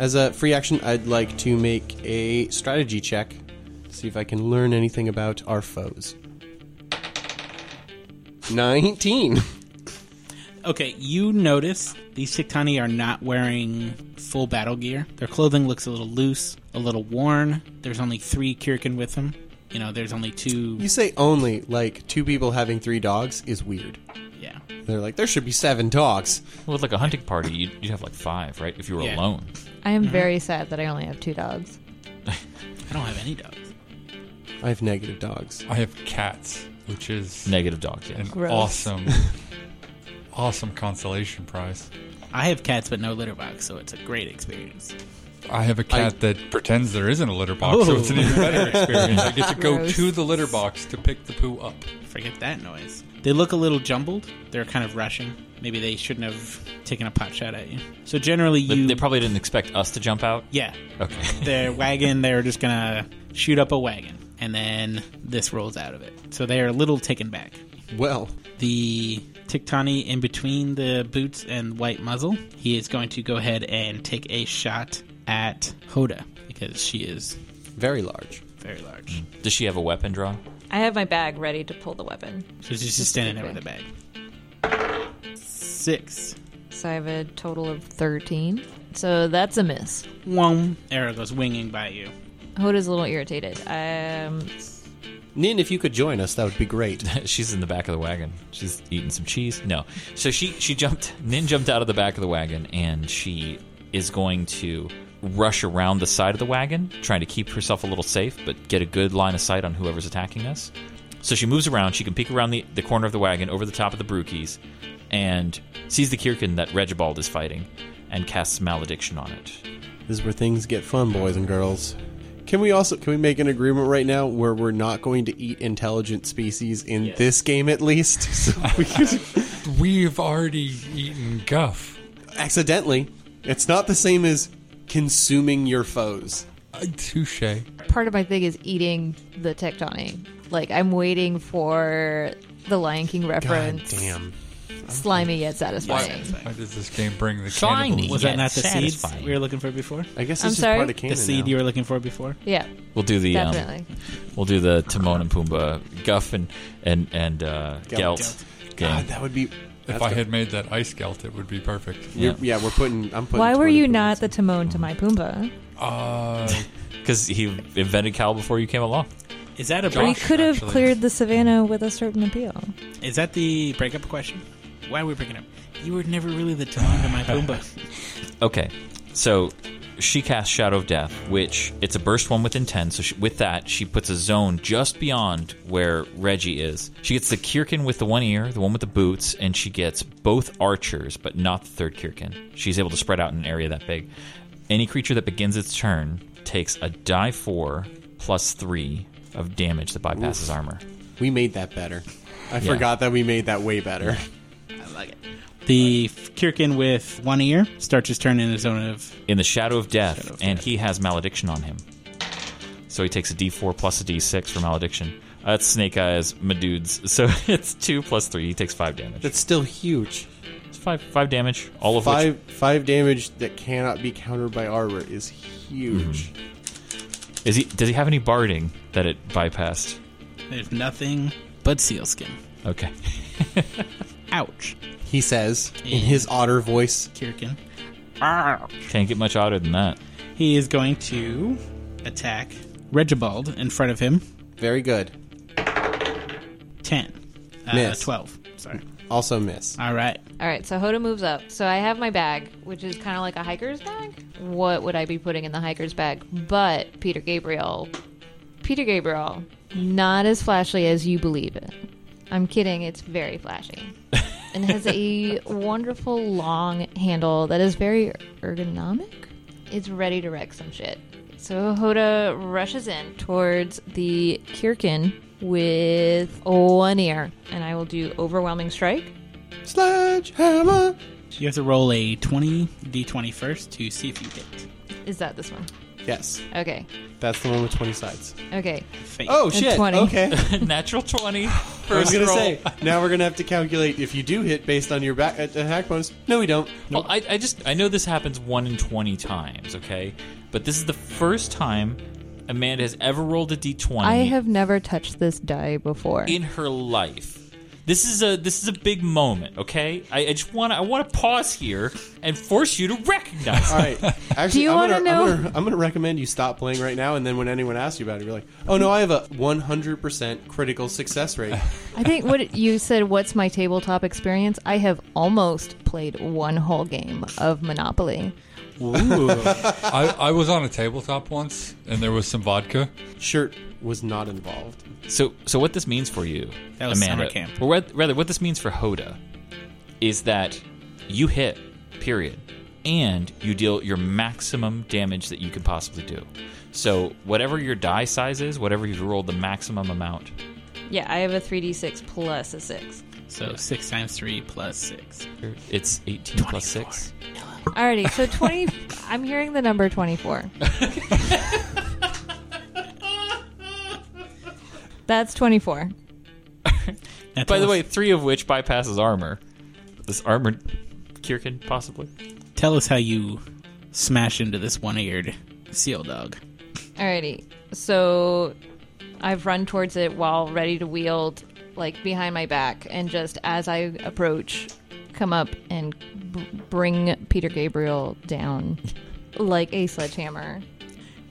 Speaker 4: As a free action, I'd like to make a strategy check to see if I can learn anything about our foes. 19.
Speaker 2: Okay, you notice these Tiktani are not wearing full battle gear. Their clothing looks a little loose, a little worn. There's only three Kirkin with them. You know, there's only two.
Speaker 4: You say only, like, two people having three dogs is weird.
Speaker 2: Yeah.
Speaker 4: They're like, there should be seven dogs.
Speaker 1: well, with like a hunting party, you'd, you'd have like five, right? If you were
Speaker 2: Yeah.
Speaker 1: alone,
Speaker 7: I am very sad that I only have two dogs.
Speaker 2: I don't have any dogs.
Speaker 4: I have negative dogs.
Speaker 6: I have cats, which is
Speaker 1: negative dogs. Yeah.
Speaker 6: an
Speaker 7: Gross.
Speaker 6: awesome, awesome consolation prize.
Speaker 2: I have cats, but no litter box, so it's a great experience.
Speaker 6: I have a cat that pretends there isn't a litter box, so it's an even better experience. I get to go
Speaker 7: Gross.
Speaker 6: to the litter box to pick the poo up.
Speaker 2: Forget that noise. They look a little jumbled. They're kind of rushing. Maybe they shouldn't have taken a pot shot at you. So generally,
Speaker 1: They,
Speaker 2: you
Speaker 1: they probably didn't expect us to jump out.
Speaker 2: yeah,
Speaker 1: Okay.
Speaker 2: their wagon. They're just gonna shoot up a wagon, and then this rolls out of it. So they are a little taken back.
Speaker 4: Well,
Speaker 2: The Tiktani in between the boots and white muzzle. He is going to go ahead and take a shot at Hoda because she is
Speaker 4: very large.
Speaker 2: very large.
Speaker 1: Does she have a weapon draw?
Speaker 7: I have my bag ready to pull the weapon.
Speaker 2: So she's just standing there with a bag. Six.
Speaker 7: So I have a total of 13. So that's a miss.
Speaker 2: One arrow goes winging by you.
Speaker 7: Hoda's a little irritated. Um,
Speaker 4: Nin, if you could join us, that would be great.
Speaker 1: She's in the back of the wagon. She's eating some cheese. No. So she she jumped Nin jumped out of the back of the wagon and she is going to rush around the side of the wagon, trying to keep herself a little safe, but get a good line of sight on whoever's attacking us. So she moves around, she can peek around the, the corner of the wagon over the top of the brookies, and sees the Kirkin that Regibald is fighting and casts malediction on it.
Speaker 4: This is where things get fun, boys and girls. Can we also can we make an agreement right now where we're not going to eat intelligent species in this game at least? So we could
Speaker 6: We've already eaten guff.
Speaker 4: accidentally. It's not the same as consuming your foes.
Speaker 6: Uh, touche.
Speaker 7: part of my thing is eating the tectonic. Like, I'm waiting for the Lion King reference.
Speaker 4: damn.
Speaker 7: Slimy yet
Speaker 6: Why,
Speaker 7: satisfying.
Speaker 6: why does this game bring the
Speaker 1: Shiny.
Speaker 6: cannibalism?
Speaker 2: Was
Speaker 1: Yeah,
Speaker 2: that not the
Speaker 1: it's
Speaker 2: seeds
Speaker 1: satisfying.
Speaker 2: we were looking for before?
Speaker 4: I guess
Speaker 7: I'm
Speaker 4: this
Speaker 7: sorry?
Speaker 4: is part of canon.
Speaker 2: the seed
Speaker 4: now.
Speaker 2: you were looking for before?
Speaker 7: Yeah,
Speaker 1: We'll do the um,
Speaker 7: definitely.
Speaker 1: we'll do the Timon and Pumbaa, Guff and and and uh,
Speaker 4: Gelt.
Speaker 1: Gelt.
Speaker 4: God,
Speaker 1: game.
Speaker 4: that would be.
Speaker 6: If I had made that ice gelt, it would be perfect.
Speaker 4: yeah. yeah, we're putting. I'm putting.
Speaker 7: Why were
Speaker 4: 20
Speaker 7: you
Speaker 4: points.
Speaker 7: not the Timon to my Pumbaa?
Speaker 6: Uh,
Speaker 1: Because he invented cow before you came along.
Speaker 2: Is that a
Speaker 7: We
Speaker 2: break?
Speaker 6: Josh,
Speaker 7: could have
Speaker 6: actually.
Speaker 7: cleared the savannah with a certain appeal.
Speaker 2: Is that the breakup question? Why are we breaking up? You were never really the Timon to my Pumbaa.
Speaker 1: Okay, so she casts Shadow of Death, which it's a burst one within ten. So she, with that, she puts a zone just beyond where Reggie is. She gets the Kirkin with the one ear, the one with the boots, and she gets both archers, but not the third Kirkin. She's able to spread out in an area that big. Any creature that begins its turn takes a die four plus three of damage that bypasses armor.
Speaker 4: We made that better. I forgot that we made that way better.
Speaker 2: I like it. The Kirkin with one ear starts his turn in a zone of.
Speaker 1: in the shadow of death,
Speaker 2: Shadow of
Speaker 1: and
Speaker 2: death.
Speaker 1: he has malediction on him. So he takes a D4 plus a D6 for malediction. Uh, that's Snake Eyes, my dudes. So it's two plus three. He takes five damage.
Speaker 4: That's still huge.
Speaker 1: It's five five damage. All of
Speaker 4: Five
Speaker 1: which
Speaker 4: five damage that cannot be countered by armor is huge.
Speaker 1: is he? Does he have any barding that it bypassed?
Speaker 2: There's nothing but sealskin.
Speaker 1: Okay.
Speaker 2: Ouch,
Speaker 4: He says in his otter voice.
Speaker 2: Kirkin.
Speaker 1: Can't get much odder than that.
Speaker 2: He is going to attack Regibald in front of him.
Speaker 4: Very good.
Speaker 2: 10. Uh,
Speaker 4: Miss.
Speaker 2: 12. Sorry.
Speaker 4: Also miss.
Speaker 2: All right.
Speaker 7: All right, so Hoda moves up. So I have my bag, which is kind of like a hiker's bag. What would I be putting in the hiker's bag? But Peter Gabriel, Peter Gabriel, not as flashy as you believe it. I'm kidding. It's very flashy, and has a wonderful long handle that is very ergonomic. It's ready to wreck some shit. So Hoda rushes in towards the Kirkin with one ear, and I will do overwhelming strike.
Speaker 4: Sledgehammer.
Speaker 2: You have to roll a 20, d20 first to see if you hit.
Speaker 7: Is that this one?
Speaker 4: Yes,
Speaker 7: Okay.
Speaker 4: that's the one with twenty sides.
Speaker 7: Okay.
Speaker 2: Fate.
Speaker 4: Oh
Speaker 7: shit, 20. okay.
Speaker 1: Natural 20. First
Speaker 4: I was gonna
Speaker 1: roll.
Speaker 4: say. Now we're gonna have to calculate if you do hit based on your back uh, hack bonus. No, we don't.
Speaker 1: Well, I, I just I know this happens one in twenty times, okay? But this is the first time Amanda has ever rolled a d twenty
Speaker 7: I have never touched this die before.
Speaker 1: in her life. This is a this is a big moment, okay? I, I just want to I want to pause here and force you to recognize.
Speaker 4: All right. Actually,
Speaker 7: you
Speaker 4: I'm
Speaker 7: wanna
Speaker 4: gonna,
Speaker 7: know-
Speaker 4: I'm gonna, I'm gonna recommend you stop playing right now, and then when anyone asks you about it, you're like, "Oh no, I have a 100 percent critical success rate."
Speaker 7: I think what you said, what's my tabletop experience? I have almost played one whole game of Monopoly.
Speaker 6: I, I was on a tabletop once, and there was some vodka.
Speaker 4: Shirt was not involved.
Speaker 1: So, so what this means for you,
Speaker 2: That was
Speaker 1: Amanda,
Speaker 2: summer camp.
Speaker 1: or rath- rather, what this means for Hoda, is that you hit, period, and you deal your maximum damage that you can possibly do. So, whatever your die size is, whatever you've rolled the maximum amount.
Speaker 7: Yeah, I have a 3d6 plus a 6.
Speaker 2: So 6 times 3 plus 6.
Speaker 1: It's 18 plus 6.
Speaker 7: Alrighty, so 20. I'm hearing the number 24. That's 24.
Speaker 2: That's
Speaker 1: By the
Speaker 2: almost-
Speaker 1: way, three of which bypasses armor. This armored Kirkin, possibly.
Speaker 2: Tell us how you smash into this one-eared seal dog.
Speaker 7: Alrighty. So I've run towards it while ready to wield, like behind my back, and just as I approach, come up and b- bring Peter Gabriel down like a sledgehammer.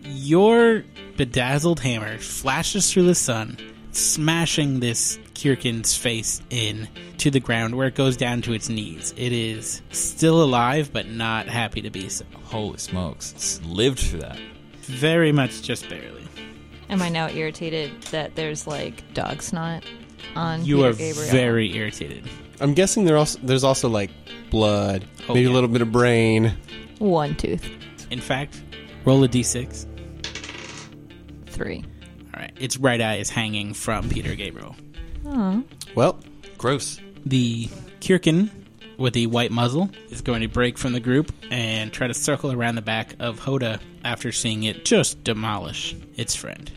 Speaker 2: Your bedazzled hammer flashes through the sun, smashing this Kirkin's face in to the ground where it goes down to its knees. It is still alive, but not happy to be so.
Speaker 1: Holy smokes. It's lived through that.
Speaker 2: Very much just barely.
Speaker 7: Am I now irritated that there's like dog snot on
Speaker 2: You
Speaker 7: Peter
Speaker 2: are
Speaker 7: Gabriel?
Speaker 2: very irritated.
Speaker 4: I'm guessing there also there's also like blood,
Speaker 2: Oh,
Speaker 4: maybe
Speaker 2: yeah.
Speaker 4: a little bit of brain.
Speaker 7: one tooth
Speaker 2: In fact, roll a d6.
Speaker 7: three.
Speaker 2: All right, its right eye is hanging from Peter Gabriel.
Speaker 4: Well,
Speaker 1: Gross.
Speaker 2: The Kirkin with the white muzzle is going to break from the group and try to circle around the back of Hoda after seeing it just demolish its friend.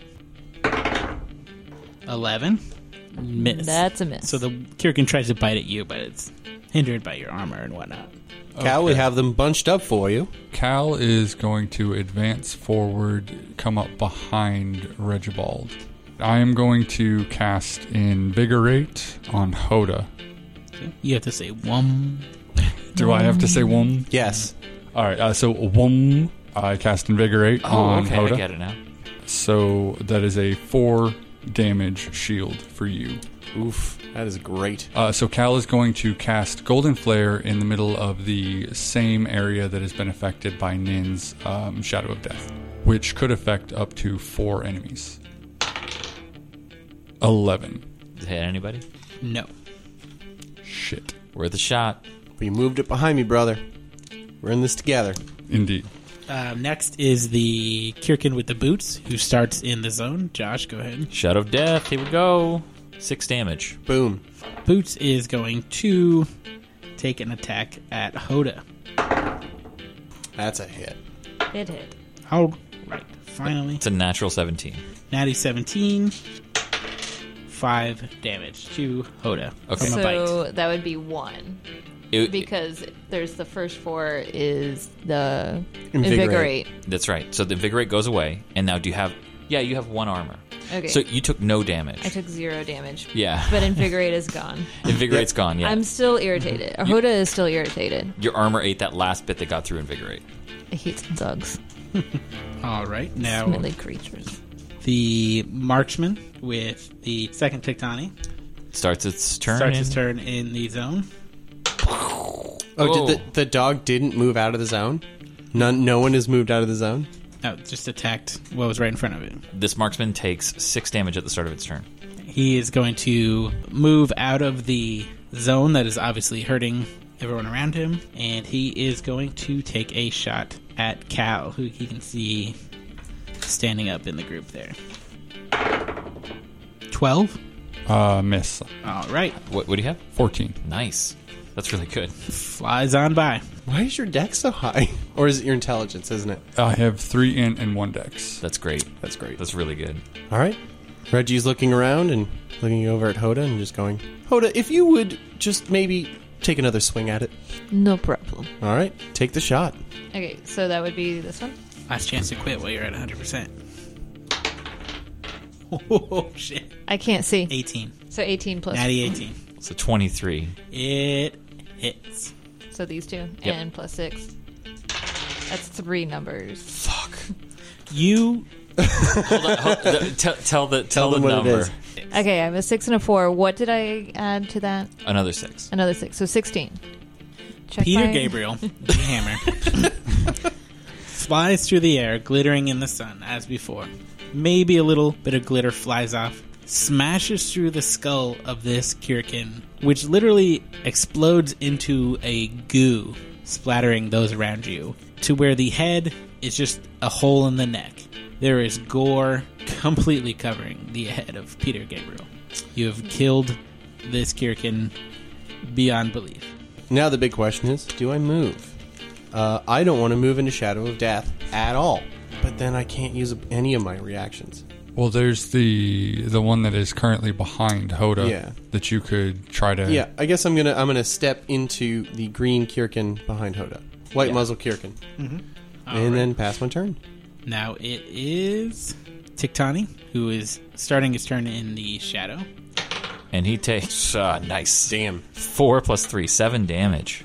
Speaker 2: 11. Miss.
Speaker 7: That's a miss.
Speaker 2: so the Kirkin tries to bite at you, but it's hindered by your armor and whatnot.
Speaker 4: Cal would have them bunched up for you.
Speaker 6: Cal is going to advance forward, come up behind Regibald. I am going to cast Invigorate on Hoda.
Speaker 2: You have to say wum.
Speaker 6: Do I have to
Speaker 1: Mm.
Speaker 6: say wom?
Speaker 4: Yes.
Speaker 6: All right, uh, so wom. I cast Invigorate
Speaker 1: Oh,
Speaker 6: on
Speaker 1: okay,
Speaker 6: Hoda.
Speaker 1: I get it now.
Speaker 6: So that is a four damage shield for you.
Speaker 4: Oof, that is great.
Speaker 6: Uh, so Cal is going to cast Golden Flare in the middle of the same area that has been affected by Nin's um, Shadow of Death, which could affect up to four enemies. Eleven.
Speaker 1: Did it hit anybody?
Speaker 2: No.
Speaker 6: Shit.
Speaker 1: Worth a shot.
Speaker 4: But you moved it behind me, brother. We're in this together.
Speaker 6: Indeed.
Speaker 2: Uh, next is the Kirkin with the boots, who starts in the zone. Josh, go ahead.
Speaker 1: Shadow of Death. Here we go. Six damage.
Speaker 4: Boom.
Speaker 2: Boots is going to take an attack at Hoda.
Speaker 4: That's a hit.
Speaker 7: it hit.
Speaker 2: All right, finally.
Speaker 1: It's a natural 17.
Speaker 2: Natty 17. 5 damage to Hoda
Speaker 1: Okay.
Speaker 2: from a bite.
Speaker 7: So that would be one
Speaker 1: It-
Speaker 7: because there's the first four is the invigorate.
Speaker 4: Invigorate.
Speaker 1: that's right. So the Invigorate goes away, and now do you have. Yeah, you have one armor.
Speaker 7: Okay.
Speaker 1: So you took no damage.
Speaker 7: I took zero damage.
Speaker 1: Yeah.
Speaker 7: But invigorate is gone.
Speaker 1: Invigorate's gone, yeah.
Speaker 7: I'm still irritated. Ahoda is still irritated.
Speaker 1: Your armor ate that last bit that got through Invigorate.
Speaker 7: I hate dogs.
Speaker 2: All right, now
Speaker 7: Smelly creatures.
Speaker 2: the marksman with the second Tiktani.
Speaker 1: Starts its turn.
Speaker 2: Starts his
Speaker 1: in-
Speaker 2: turn in the zone.
Speaker 4: Oh,
Speaker 1: Whoa.
Speaker 4: did the, the dog didn't move out of the zone? None, no one has moved out of the zone.
Speaker 2: No, Oh, just attacked what was right in front of it.
Speaker 1: This marksman takes six damage at the start of its turn.
Speaker 2: He is going to move out of the zone that is obviously hurting everyone around him, and he is going to take a shot at Cal, who he can see standing up in the group there. 12?
Speaker 6: Uh, miss.
Speaker 2: All right.
Speaker 1: What, what do you have?
Speaker 6: 14.
Speaker 1: Nice. That's really good.
Speaker 2: Flies on by.
Speaker 4: Why is your deck so high? Or is it your intelligence, isn't it?
Speaker 6: I have three int and one dex.
Speaker 1: That's great.
Speaker 4: That's great.
Speaker 1: That's really good.
Speaker 4: All right. Reggie's looking around and looking over at Hoda and just going, Hoda, if you would just maybe take another swing at it.
Speaker 7: No problem.
Speaker 4: All right, take the shot.
Speaker 7: Okay, so that would be this one.
Speaker 2: Last chance to quit while you're at 100%. Oh, shit.
Speaker 7: I can't see.
Speaker 2: 18.
Speaker 7: So 18 plus.
Speaker 2: Natty 18.
Speaker 1: So 23.
Speaker 2: It hits.
Speaker 7: So these two
Speaker 1: Yep.
Speaker 7: and plus six. That's three numbers.
Speaker 2: You
Speaker 1: Th- tell, tell the tell,
Speaker 4: them
Speaker 1: the
Speaker 4: what it
Speaker 1: number.
Speaker 4: is.
Speaker 7: Okay, I have a six and a four. What did I add to that?
Speaker 1: Another six.
Speaker 7: Another six. So 16. Check
Speaker 2: Peter
Speaker 7: my-
Speaker 2: Gabriel, the hammer, flies through the air, glittering in the sun as before. Maybe a little bit of glitter flies off, smashes through the skull of this Kirkin, which literally explodes into a goo, splattering those around you, to where the head is just a hole in the neck. There is gore completely covering the head of Peter Gabriel. You have killed this Kirkin beyond belief.
Speaker 4: Now the big question is, do I move? Uh, I don't want to move into Shadow of Death at all. But then I can't use any of my reactions.
Speaker 6: Well, there's the the one that is currently behind Hoda
Speaker 4: Yeah.
Speaker 6: that you could try to.
Speaker 4: Yeah, I guess I'm gonna I'm gonna step into the green Kirkin behind Hoda, white muzzle Kirkin, and then pass my turn.
Speaker 2: Now it is Tiktani, who is starting his turn in the shadow.
Speaker 1: And he takes uh, nice.
Speaker 4: Damn.
Speaker 1: Four plus three, seven damage.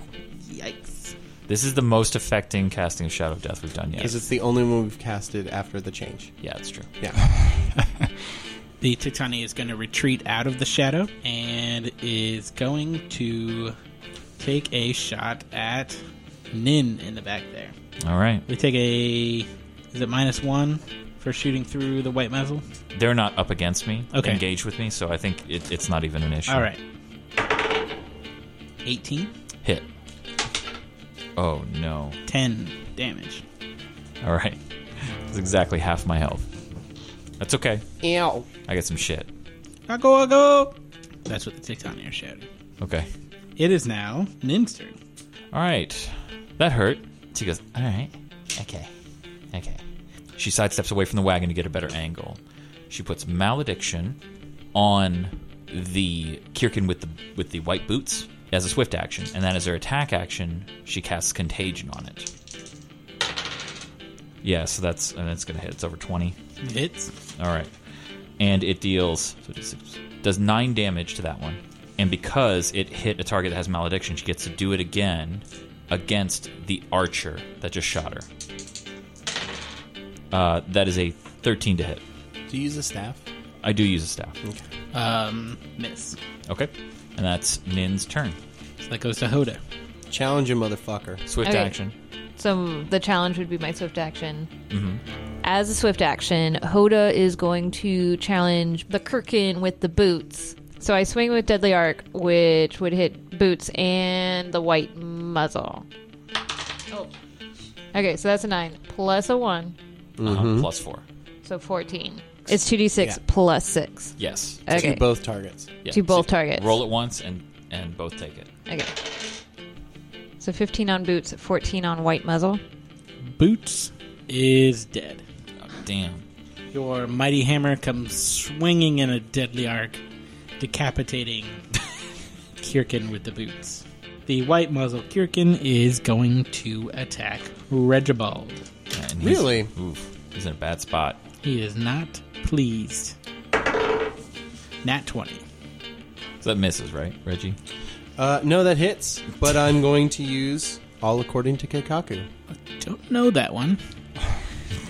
Speaker 2: Yikes.
Speaker 1: This is the most affecting casting of Shadow of Death we've done yet.
Speaker 4: Because it's the only one we've casted after the change.
Speaker 1: Yeah, it's true.
Speaker 2: The Tiktani is going to retreat out of the shadow and is going to take a shot at Nin in the back there.
Speaker 1: All right.
Speaker 2: We take a. Is it minus one for shooting through the white muzzle?
Speaker 1: They're not up against me,
Speaker 2: Okay.
Speaker 1: engaged with me, so I think it, it's not even an issue.
Speaker 2: All right. 18,
Speaker 1: Hit. Oh, no.
Speaker 2: 10 damage.
Speaker 1: All right. That's exactly half my health. That's okay.
Speaker 4: Ow.
Speaker 1: I got some shit.
Speaker 2: I go, I go! That's what the Tiktani are shouting.
Speaker 1: Okay.
Speaker 2: It is now Nin's turn.
Speaker 1: All right. That hurt. She goes, All right. Okay. Okay. She sidesteps away from the wagon to get a better angle. She puts malediction on the Kirkin with the with the white boots as a swift action, and that is her attack action. She casts contagion on it. Yeah, so that's and it's gonna hit. It's over twenty.
Speaker 2: It hits.
Speaker 1: All right. And it deals so does, does nine damage to that one. And because it hit a target that has malediction, she gets to do it again against the archer that just shot her. Uh, that is a 13 to hit.
Speaker 4: Do you use a staff?
Speaker 1: I do use a staff.
Speaker 2: Um, miss.
Speaker 1: Okay. And that's Nin's turn.
Speaker 2: So that goes to Hoda.
Speaker 4: Challenge a motherfucker.
Speaker 1: Swift
Speaker 7: Okay.
Speaker 1: action.
Speaker 7: So the challenge would be my swift action. As a swift action, Hoda is going to challenge the Kirkin with the boots. So I swing with Deadly Arc, which would hit boots and the white muzzle. Oh. Okay, so that's a 9 plus a 1,
Speaker 1: Uh-huh. Plus four.
Speaker 7: so 14. It's 2d6 plus 6.
Speaker 1: Yes.
Speaker 7: Okay.
Speaker 4: To both targets.
Speaker 1: Yeah.
Speaker 7: To both targets.
Speaker 1: Roll it once and, and both take it.
Speaker 7: Okay. So 15 on boots, 14 on white muzzle.
Speaker 2: Boots is dead.
Speaker 1: Oh, damn.
Speaker 2: Your mighty hammer comes swinging in a deadly arc, decapitating Kirkin with the boots. The white muzzle Kirkin is going to attack Regibald.
Speaker 1: Yeah, and he's-
Speaker 4: Really?
Speaker 1: Oof. He's in a bad spot.
Speaker 2: He is not pleased. Nat 20.
Speaker 1: So that misses, right, Reggie?
Speaker 4: Uh, no, that hits, but I'm going to use all according to Keikaku.
Speaker 2: Don't know that one.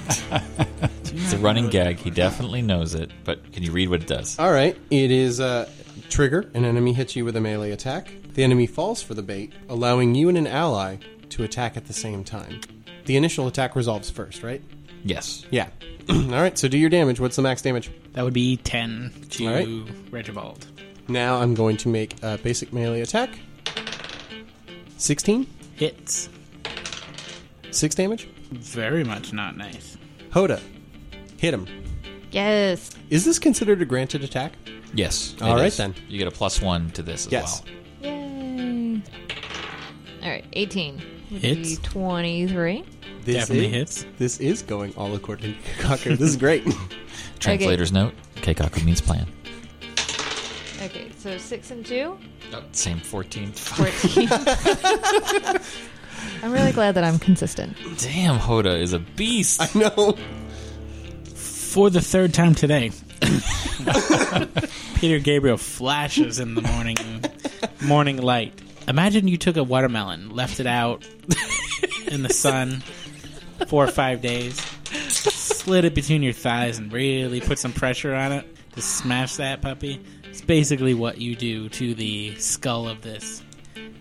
Speaker 1: It's a running gag. He definitely knows it. But can you read what it does?
Speaker 4: All right, it is uh, Trigger, an enemy hits you with a melee attack. The enemy falls for the bait, allowing you and an ally to attack at the same time. The initial attack resolves first, right?
Speaker 1: Yes.
Speaker 4: Yeah. Alright, so do your damage. What's the max damage?
Speaker 2: That would be 10 to
Speaker 4: All right.
Speaker 2: Regivold.
Speaker 4: Now I'm going to make a basic melee attack. 16?
Speaker 2: Hits.
Speaker 4: 6 damage?
Speaker 2: Very much not nice.
Speaker 4: Hoda, hit him.
Speaker 7: Yes.
Speaker 4: Is this considered a granted attack?
Speaker 1: Yes.
Speaker 4: All
Speaker 1: it
Speaker 4: right,
Speaker 1: is.
Speaker 4: then.
Speaker 1: You get a plus one to this as
Speaker 4: Yes.
Speaker 1: well.
Speaker 7: Yay. All right, 18. Would
Speaker 2: Hits.
Speaker 7: be 23.
Speaker 4: This
Speaker 2: Definitely
Speaker 4: is,
Speaker 2: hits.
Speaker 4: This is going all according to Cocker. This is great.
Speaker 1: Translator's note: Keikaku means plan.
Speaker 7: Okay, so 6 and 2,
Speaker 1: Oh, Same fourteen.
Speaker 7: 14. I'm really glad that I'm consistent.
Speaker 1: Damn, Hoda is a beast.
Speaker 4: I know.
Speaker 2: For the third time today, Peter Gabriel flashes in the morning morning light. Imagine you took a watermelon, left it out in the sun four or five days, slid it between your thighs, and really put some pressure on it to smash that puppy. It's basically what you do to the skull of this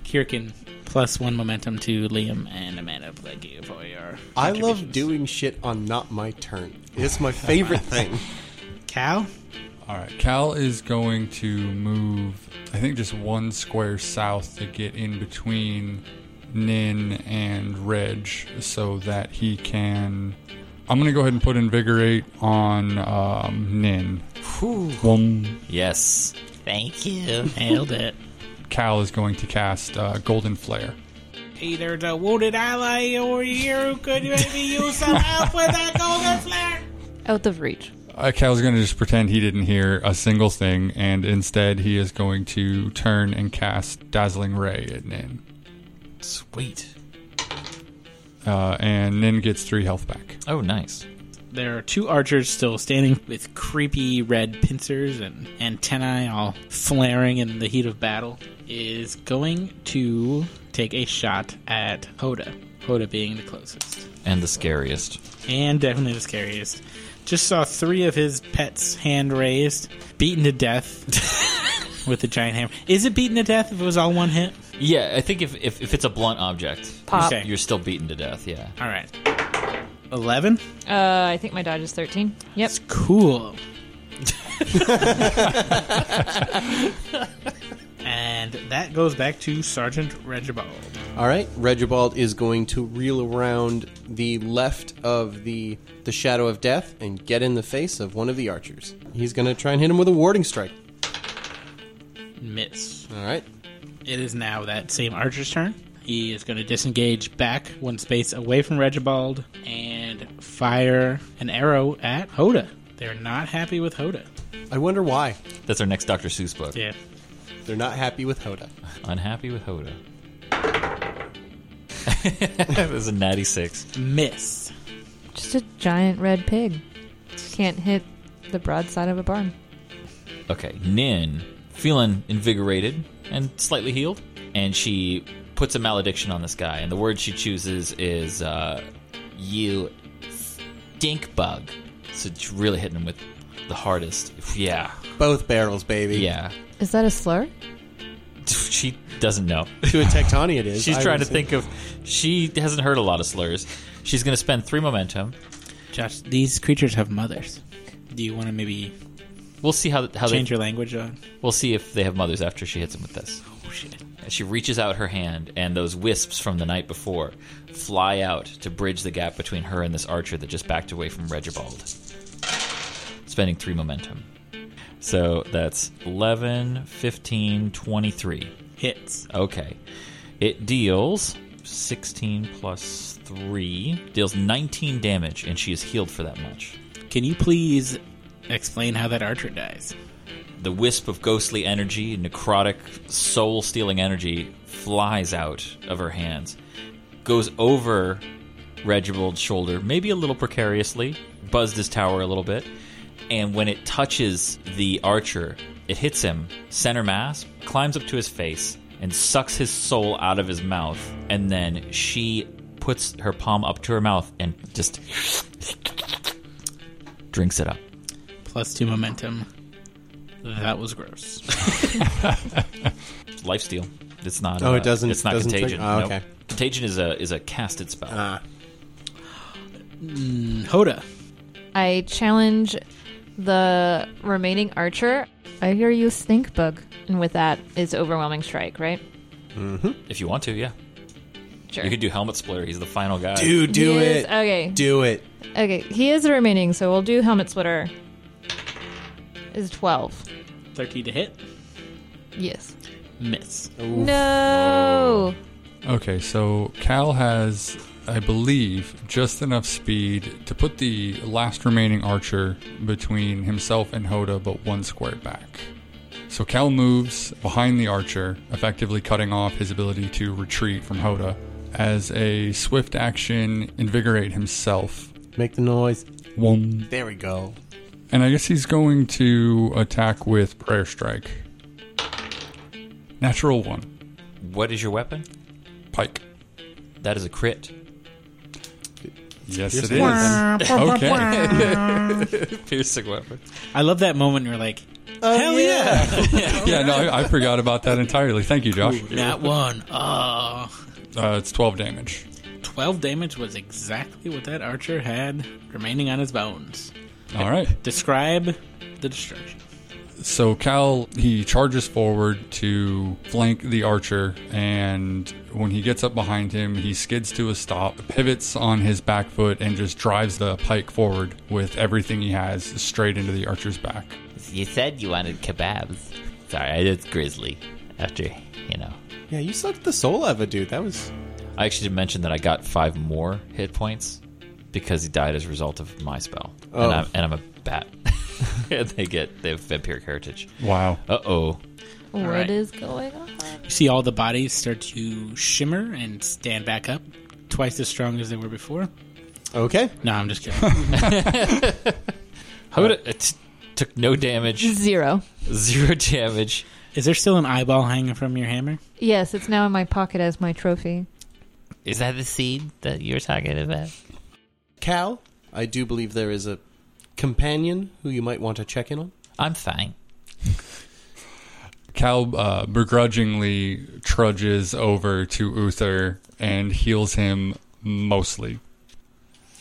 Speaker 2: Kirkin. Plus one momentum to Liam and Amanda. Thank you for your.
Speaker 4: I love
Speaker 2: contributions.
Speaker 4: doing shit on not my turn. It's my favorite thing.
Speaker 2: Cal.
Speaker 6: All right. Cal is going to move, I think, just one square south to get in between Nin and Reg so that he can. I'm going to go ahead and put Invigorate on um, Nin. Boom.
Speaker 1: Yes.
Speaker 5: Thank you.
Speaker 2: Nailed it.
Speaker 6: Cal is going to cast uh, Golden Flare.
Speaker 2: Either the wounded ally over here who could maybe use some help with that golden flare.
Speaker 7: Out of reach.
Speaker 6: Uh, Cal's going to just pretend he didn't hear a single thing, and instead he is going to turn and cast Dazzling Ray at Nin.
Speaker 1: Sweet.
Speaker 6: Uh, and Nin gets three health back.
Speaker 1: Oh, nice.
Speaker 2: There are two archers still standing with creepy red pincers and antennae all flaring in the heat of battle. Is going to take a shot at Hoda. Hoda being the closest.
Speaker 1: And the scariest.
Speaker 2: And definitely the scariest. Just saw three of his pets hand raised, beaten to death with a giant hammer. Is it beaten to death if it was all one hit?
Speaker 1: Yeah, I think if, if, if it's a blunt object,
Speaker 7: Pop.
Speaker 2: Okay.
Speaker 1: you're still beaten to death. Yeah.
Speaker 2: All right. 11?
Speaker 7: Uh, I think my dodge is 13. Yep.
Speaker 2: That's cool. and that goes back to Sergeant Regibald.
Speaker 4: All right, Regibald is going to reel around the left of the the shadow of death and get in the face of one of the archers. He's going to try and hit him with a warding strike.
Speaker 2: Miss.
Speaker 4: All right.
Speaker 2: It is now that same archer's turn. He is going to disengage back one space away from Regibald and fire an arrow at Hoda. They're not happy with Hoda.
Speaker 4: I wonder why
Speaker 1: That's our next Dr. Seuss book.
Speaker 2: Yeah.
Speaker 4: they're not happy with Hoda.
Speaker 1: Unhappy with Hoda. that was a natty six.
Speaker 2: Miss.
Speaker 7: Just a giant red pig. Can't hit the broadside of a barn.
Speaker 1: Okay, Nin, feeling invigorated and slightly healed, and she puts a malediction on this guy, and the word she chooses is uh, "you stink bug." So it's really hitting him with the hardest. Yeah,
Speaker 4: Both barrels, baby.
Speaker 1: yeah.
Speaker 7: Is that a slur?
Speaker 1: She doesn't know.
Speaker 4: To a Tectoni it is.
Speaker 1: She's
Speaker 4: I
Speaker 1: trying to
Speaker 4: would
Speaker 1: think of. She hasn't heard a lot of slurs. She's going to spend three momentum.
Speaker 2: Josh, these creatures have mothers. Do you want to maybe
Speaker 1: We'll see how how
Speaker 2: change
Speaker 1: they.
Speaker 2: your language on?
Speaker 1: We'll see if they have mothers after she hits him with this.
Speaker 2: Oh, shit.
Speaker 1: She reaches out her hand, and those wisps from the night before fly out to bridge the gap between her and this archer that just backed away from Regibald. Spending three momentum. So that's 11, 15, 23.
Speaker 2: Hits.
Speaker 1: Okay. It deals 16 plus 3, deals 19 damage, and she is healed for that much.
Speaker 2: Can you please explain how that archer dies?
Speaker 1: the wisp of ghostly energy, necrotic, soul stealing energy, flies out of her hands, goes over Regibald's shoulder, maybe a little precariously, buzzed his tower a little bit, and when it touches the archer, it hits him, center mass, climbs up to his face, and sucks his soul out of his mouth, and then she puts her palm up to her mouth and just drinks it up.
Speaker 2: Plus two momentum. That was gross.
Speaker 1: Life steal. It's not.
Speaker 4: Oh,
Speaker 1: uh,
Speaker 4: it doesn't-
Speaker 1: It's not
Speaker 4: doesn't take-
Speaker 1: contagion.
Speaker 4: oh,
Speaker 1: Nope.
Speaker 4: okay. Uh,
Speaker 1: Contagion is a is a casted spell.
Speaker 2: Hoda.
Speaker 7: I challenge the remaining archer. I hear you stink bug. And with that is overwhelming strike, right?
Speaker 1: if you want to, yeah.
Speaker 7: Sure.
Speaker 1: You could do helmet splitter. He's the final guy.
Speaker 4: Dude, do
Speaker 7: He
Speaker 4: it.
Speaker 7: is- okay.
Speaker 4: Do it.
Speaker 7: Okay, he is remaining, so we'll do helmet splitter. Is 12.
Speaker 2: 13 to hit.
Speaker 7: Yes.
Speaker 2: Miss.
Speaker 7: No.
Speaker 6: Okay, so Cal has, I believe, just enough speed to put the last remaining archer between himself and Hoda, but one square back. So Cal moves behind the archer, effectively cutting off his ability to retreat from Hoda. As a swift action, invigorate himself.
Speaker 4: Make the noise.
Speaker 6: One.
Speaker 4: There we go.
Speaker 6: And I guess he's going to attack with Prayer Strike. Natural one.
Speaker 1: What is your weapon?
Speaker 6: Pike.
Speaker 1: That is a crit.
Speaker 6: Yes,
Speaker 4: Yes,
Speaker 6: it
Speaker 4: it
Speaker 6: is. okay.
Speaker 1: Piercing weapon.
Speaker 2: I love that moment where you're like, hell yeah.
Speaker 6: Yeah, no, I, I forgot about that entirely. Thank you, Josh.
Speaker 2: That one. Oh.
Speaker 6: Uh, it's 12 damage.
Speaker 2: 12 damage was exactly what that archer had remaining on his bones.
Speaker 6: All right.
Speaker 2: Describe the destruction.
Speaker 6: So Cal, he charges forward to flank the archer, and when he gets up behind him, he skids to a stop, pivots on his back foot, and just drives the pike forward with everything he has straight into the archer's back.
Speaker 5: You said you wanted kebabs. Sorry, I did grizzly. After you know,
Speaker 4: Yeah, you sucked the soul out of a dude. That was.
Speaker 1: I actually did mention that I got five more hit points because he died as a result of my spell,
Speaker 4: Oh.
Speaker 1: and, I'm, and I'm a bat. and they get they have vampiric heritage.
Speaker 6: Wow.
Speaker 1: Uh oh.
Speaker 7: What is
Speaker 2: right.
Speaker 7: going on?
Speaker 2: You see all the bodies start to shimmer and stand back up, twice as strong as they were before.
Speaker 4: Okay.
Speaker 2: No, I'm just kidding.
Speaker 4: Uh,
Speaker 1: Hoda it took no damage,
Speaker 7: Zero.
Speaker 1: zero damage.
Speaker 2: Is there still an eyeball hanging from your hammer?
Speaker 7: Yes, it's now in my pocket as my trophy.
Speaker 5: is that the seed that you're talking about?
Speaker 4: Cal, I do believe there is a companion who you might want to check in on.
Speaker 5: I'm fine.
Speaker 6: Cal uh, begrudgingly trudges over to Uther and heals him mostly.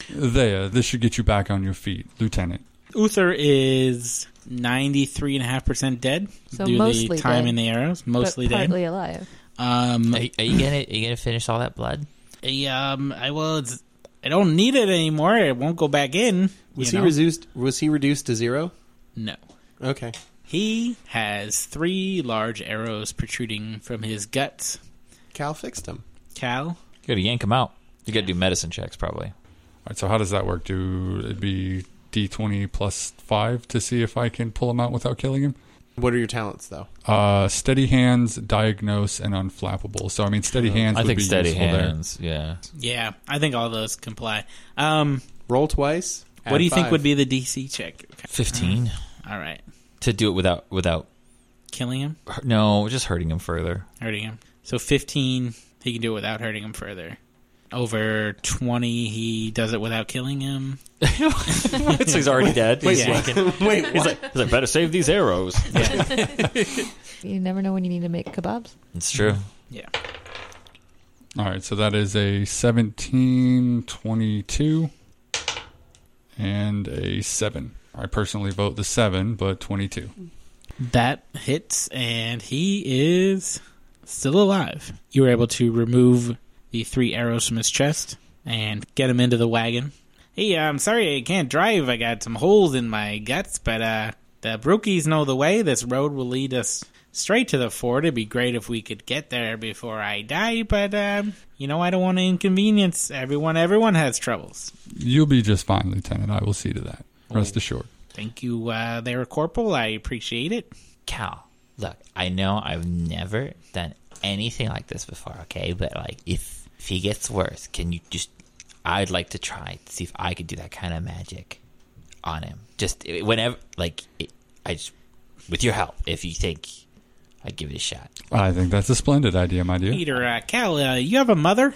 Speaker 6: There, this should get you back on your feet, Lieutenant.
Speaker 2: Uther is 93.5% dead
Speaker 7: So
Speaker 2: due to the
Speaker 7: mostly
Speaker 2: time
Speaker 7: dead.
Speaker 2: in the arrows. Mostly
Speaker 7: but
Speaker 2: dead.
Speaker 7: partly alive.
Speaker 2: Um,
Speaker 5: Are, are you gonna are you gonna finish all that blood?
Speaker 2: I, um, I, well, it's, I don't need it anymore. It won't go back in.
Speaker 4: Was
Speaker 2: you
Speaker 4: he
Speaker 2: know?
Speaker 4: reduced? Was he reduced to zero?
Speaker 2: No.
Speaker 4: Okay.
Speaker 2: He has three large arrows protruding from his guts.
Speaker 4: Cal fixed him.
Speaker 2: Cal,
Speaker 1: You gotta yank him out. You gotta do medicine checks probably.
Speaker 6: All right, so how does that work? Do it be D20 plus 5 to see if I can pull him out without killing him?
Speaker 4: What are your talents, though?
Speaker 6: Uh, steady hands, diagnose, and unflappable. So, I mean, steady hands
Speaker 1: I
Speaker 6: would
Speaker 1: think
Speaker 6: be
Speaker 1: steady
Speaker 6: useful
Speaker 1: hands. Yeah.
Speaker 2: yeah, I think all those comply. Um,
Speaker 4: Roll twice.
Speaker 2: what
Speaker 4: add
Speaker 2: do you think
Speaker 4: five.
Speaker 2: would be the DC check? Okay.
Speaker 1: Fifteen
Speaker 2: All right,
Speaker 1: to do it without without
Speaker 2: killing him,
Speaker 1: no, just hurting him further.
Speaker 2: hurting him. So fifteen, he can do it without hurting him further. Over twenty, he does it without killing him.
Speaker 1: so he's already dead. He's
Speaker 2: yeah.
Speaker 1: yanking.
Speaker 4: Wait, what?
Speaker 1: He's like, better save these arrows.
Speaker 7: You never know when you need to make kebabs.
Speaker 1: It's true.
Speaker 2: Yeah,
Speaker 6: there. All right, so that is a 17, 22, and a 7. I personally vote the 7, but 22.
Speaker 2: that hits, and he is still alive. You were able to remove the three arrows from his chest and get him into the wagon. Hey, I'm sorry I can't drive. I got some holes in my guts, but uh, the Brookies know the way. This road will lead us straight to the fort. It'd be great if we could get there before I die, but um, you know I don't want to inconvenience everyone. Everyone has troubles.
Speaker 6: You'll be just fine, Lieutenant. I will see to that.
Speaker 1: Oh.
Speaker 6: Rest assured.
Speaker 2: Thank you, uh, there, Corporal. I appreciate it.
Speaker 5: Cal, look, I know I've never done anything like this before, okay? But like, if if he gets worse, can you just? I'd like to try to see if I could do that kind of magic on him. Just eh, whenever, like, eh, I just with your help, if you think I'd give it a shot.
Speaker 6: I think that's a splendid idea, my dear.
Speaker 2: Peter, uh, Cal, uh, you have a mother?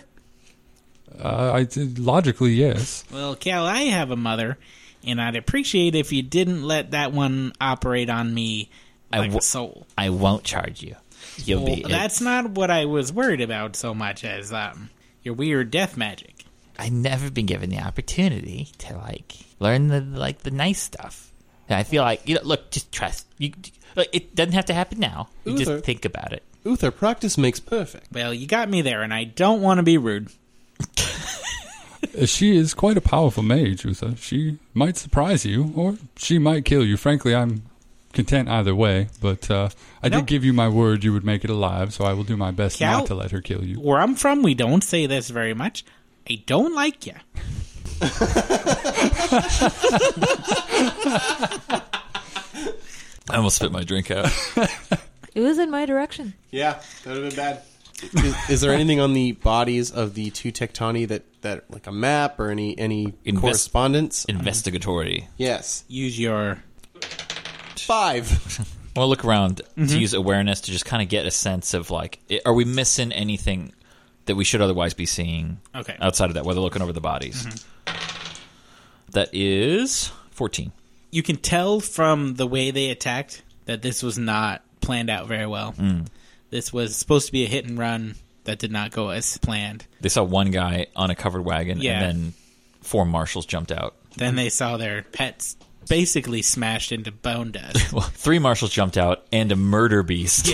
Speaker 6: Uh, I did, logically, yes.
Speaker 2: Well, Cal, I have a mother, and I'd appreciate if you didn't let that one operate on me
Speaker 5: I
Speaker 2: like
Speaker 5: wo-
Speaker 2: a soul.
Speaker 5: I won't charge you. You'll
Speaker 2: Well,
Speaker 5: be.
Speaker 2: that's not what I was worried about so much as um, your weird death magic.
Speaker 5: I've never been given the opportunity to like learn the like the nice stuff. And I feel like you know, look, just trust. You, look, it doesn't have to happen now. You
Speaker 4: Uther.
Speaker 5: just think about it.
Speaker 4: Uther, practice makes perfect.
Speaker 2: Well, you got me there, and I don't want to be rude.
Speaker 6: Uh, She is quite a powerful mage, Uther. She might surprise you, or she might kill you. Frankly, I'm content either way, but uh, I
Speaker 2: No.
Speaker 6: did give you my word you would make it alive, so I will do my best
Speaker 2: Cal-
Speaker 6: not to let her kill you.
Speaker 2: Where I'm from, we don't say this very much. I don't like you.
Speaker 1: I almost spit my drink out.
Speaker 7: It was in my direction.
Speaker 4: Yeah, that would have been bad. Is, is there anything on the bodies of the two tectoni that, that like a map or any any
Speaker 1: Invest-
Speaker 4: correspondence?
Speaker 1: Investigatory.
Speaker 4: yes,
Speaker 2: Use your
Speaker 4: five.
Speaker 1: I want to look around
Speaker 2: Mm-hmm.
Speaker 1: to use awareness to just kind of get a sense of like, i- are we missing anything that we should otherwise be seeing?
Speaker 2: Okay.
Speaker 1: Outside of that, while they're looking over the bodies.
Speaker 2: Mm-hmm.
Speaker 1: That is fourteen.
Speaker 2: you can tell from the way they attacked that this was not planned out very well.
Speaker 5: Mm.
Speaker 2: This was supposed to be a hit and run that did not go as planned.
Speaker 1: They saw one guy on a covered wagon, and
Speaker 2: Yeah.
Speaker 1: then four marshals jumped out.
Speaker 2: Then they saw their pets basically smashed into bone dust.
Speaker 1: Well, three marshals jumped out, and a murder beast.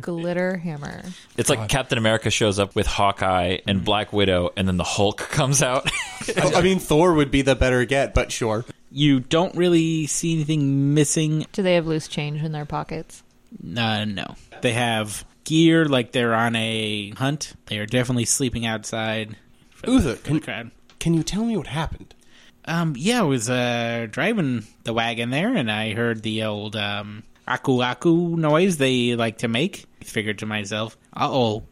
Speaker 7: Glitter hammer.
Speaker 1: It's like Captain America shows up with Hawkeye and
Speaker 2: Mm-hmm.
Speaker 1: Black Widow, and then the Hulk comes out.
Speaker 4: I mean, Thor would be the better get, but sure.
Speaker 2: you don't really see anything missing.
Speaker 7: Do they have loose change in their pockets?
Speaker 2: Uh, no. They have gear like they're on a hunt. They are definitely sleeping outside. for the-
Speaker 4: Uther,
Speaker 2: for the
Speaker 4: can,
Speaker 2: crowd.
Speaker 4: can you tell me what happened?
Speaker 2: Um, yeah, I was uh, driving the wagon there, and I heard the old um, aku aku noise they like to make. I figured to myself, "Uh oh!"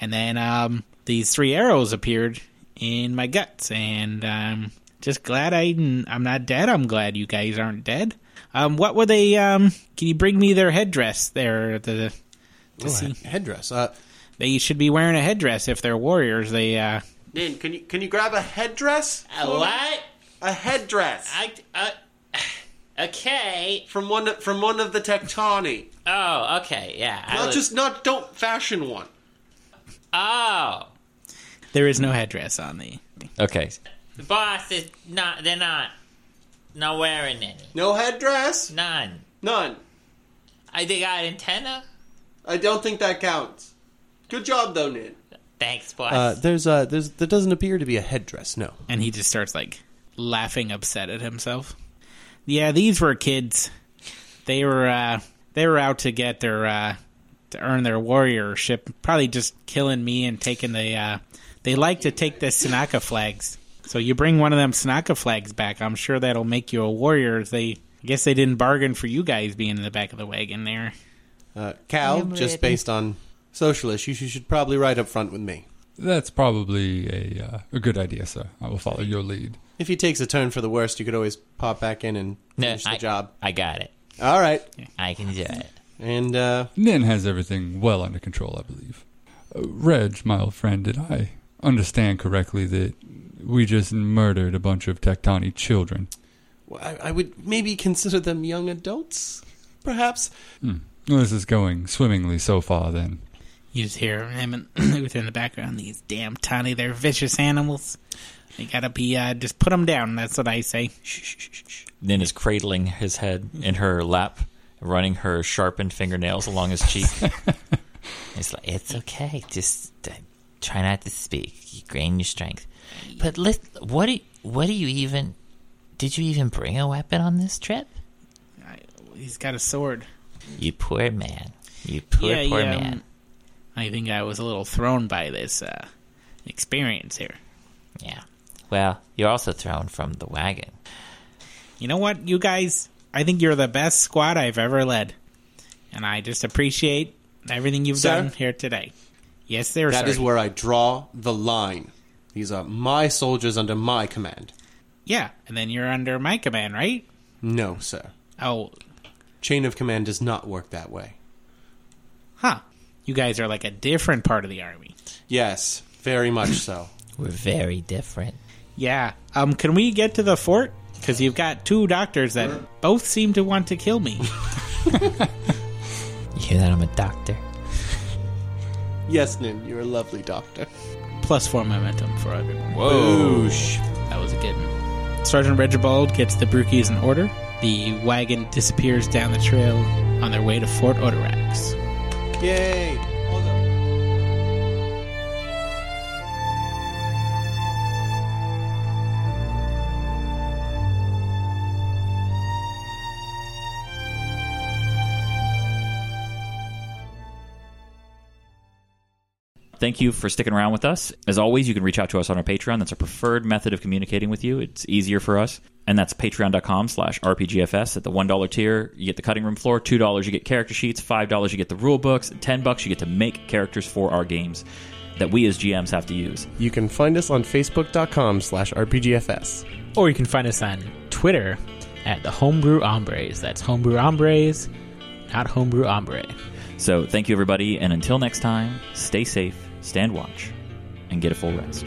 Speaker 2: And then um, these three arrows appeared in my guts, and um, just glad I didn't- I'm not dead. I'm glad you guys aren't dead. Um, what were they? Um, can you bring me their headdress? There, the
Speaker 4: Oh, he- headdress. Uh,
Speaker 2: they should be wearing a headdress if they're warriors. They uh,
Speaker 4: Nin, can you can you grab a headdress?
Speaker 5: what?
Speaker 4: A headdress
Speaker 5: I okay.
Speaker 4: from one from one of the Tectoni.
Speaker 5: Oh, okay. Yeah.
Speaker 4: not don't fashion one.
Speaker 5: Oh,
Speaker 2: there is no headdress on the.
Speaker 1: okay,
Speaker 5: the boss is not. They're not. Not wearing any.
Speaker 4: No headdress.
Speaker 5: None.
Speaker 4: None.
Speaker 5: I they got antenna.
Speaker 4: I don't think that counts. Good job though, Nin.
Speaker 5: Thanks, boss.
Speaker 4: Uh, there's uh there's there doesn't appear to be a headdress. No.
Speaker 2: and he just starts like laughing upset at himself yeah these were kids they were uh they were out to get their uh to earn their warriorship probably just killing me and taking the uh they like to take the Sanaka flags so you bring one of them Sanaka flags back i'm sure that'll make you a warrior they i guess they didn't bargain for you guys being in the back of the wagon there
Speaker 4: Uh, Cal,
Speaker 7: I'm
Speaker 4: just
Speaker 7: ready.
Speaker 4: based on social issues, you should probably ride up front with me.
Speaker 6: That's probably a, uh, a good idea, sir. I will follow your lead.
Speaker 4: If he takes a turn for the worst, you could always pop back in and finish
Speaker 5: I,
Speaker 4: the job.
Speaker 5: I got it.
Speaker 4: All right,
Speaker 5: I can do it.
Speaker 4: and uh,
Speaker 6: Nin has everything well under control, I believe. Uh, Reg, my old friend, did I understand correctly that we just murdered a bunch of Tectani children?
Speaker 4: well, I, I would maybe consider them young adults, perhaps.
Speaker 6: Well, This is going swimmingly so far, then.
Speaker 2: you just hear him in, within the background these damn tiny they're vicious animals they gotta be uh just put them down that's what i say
Speaker 1: Nin is cradling his head in her lap, running her sharpened fingernails along his cheek.
Speaker 5: It's like it's okay. Just uh, try not to speak. You gain your strength. But let what do what do you even? Did you even bring a weapon on this trip?
Speaker 2: I, he's got a sword.
Speaker 5: You poor man. You poor poor
Speaker 2: yeah, um,
Speaker 5: man.
Speaker 2: I think I was a little thrown by this uh, experience here.
Speaker 5: Yeah. Well, you're also thrown from the wagon.
Speaker 2: You know what, you guys? I think you're the best squad I've ever led, and I just appreciate everything you've
Speaker 4: Sir?
Speaker 2: done here today. Yes, there,
Speaker 4: That
Speaker 2: sir.
Speaker 4: is where I draw the line. These are my soldiers under my command.
Speaker 2: yeah, and then you're under my command, right?
Speaker 4: No, sir.
Speaker 2: Oh,
Speaker 4: Chain of command does not work that way.
Speaker 2: huh. You guys are like a different part of the army.
Speaker 4: Yes, very much so.
Speaker 5: We're very different.
Speaker 2: Yeah. Um. Can we get to the fort? because you've got two doctors that both seem to want to kill me.
Speaker 5: You hear that? I'm a doctor.
Speaker 4: Yes, Nin, you're a lovely doctor.
Speaker 2: Plus four momentum for everyone.
Speaker 5: Whoa.
Speaker 2: That was a good one. Sergeant Regibald gets the Brookies in order. The wagon disappears down the trail on their way to Fort Odorax.
Speaker 4: Yay!
Speaker 1: Thank you for sticking around with us. As always, you can reach out to us on our Patreon. That's our preferred method of communicating with you. It's easier for us. And that's patreon.com slash RPGFS. At the $1 tier, you get the cutting room floor. $2, you get character sheets. $5, you get the rule books. 10 bucks, you get to make characters for our games that we as GMs have to use.
Speaker 4: You can find us on facebook.com slash rpgfs.
Speaker 2: Or you can find us on Twitter at the Homebrew Hombres. That's Homebrew Hombres, not Homebrew Hombre.
Speaker 1: So thank you, everybody. And until next time, stay safe, stand watch, and get a full rest.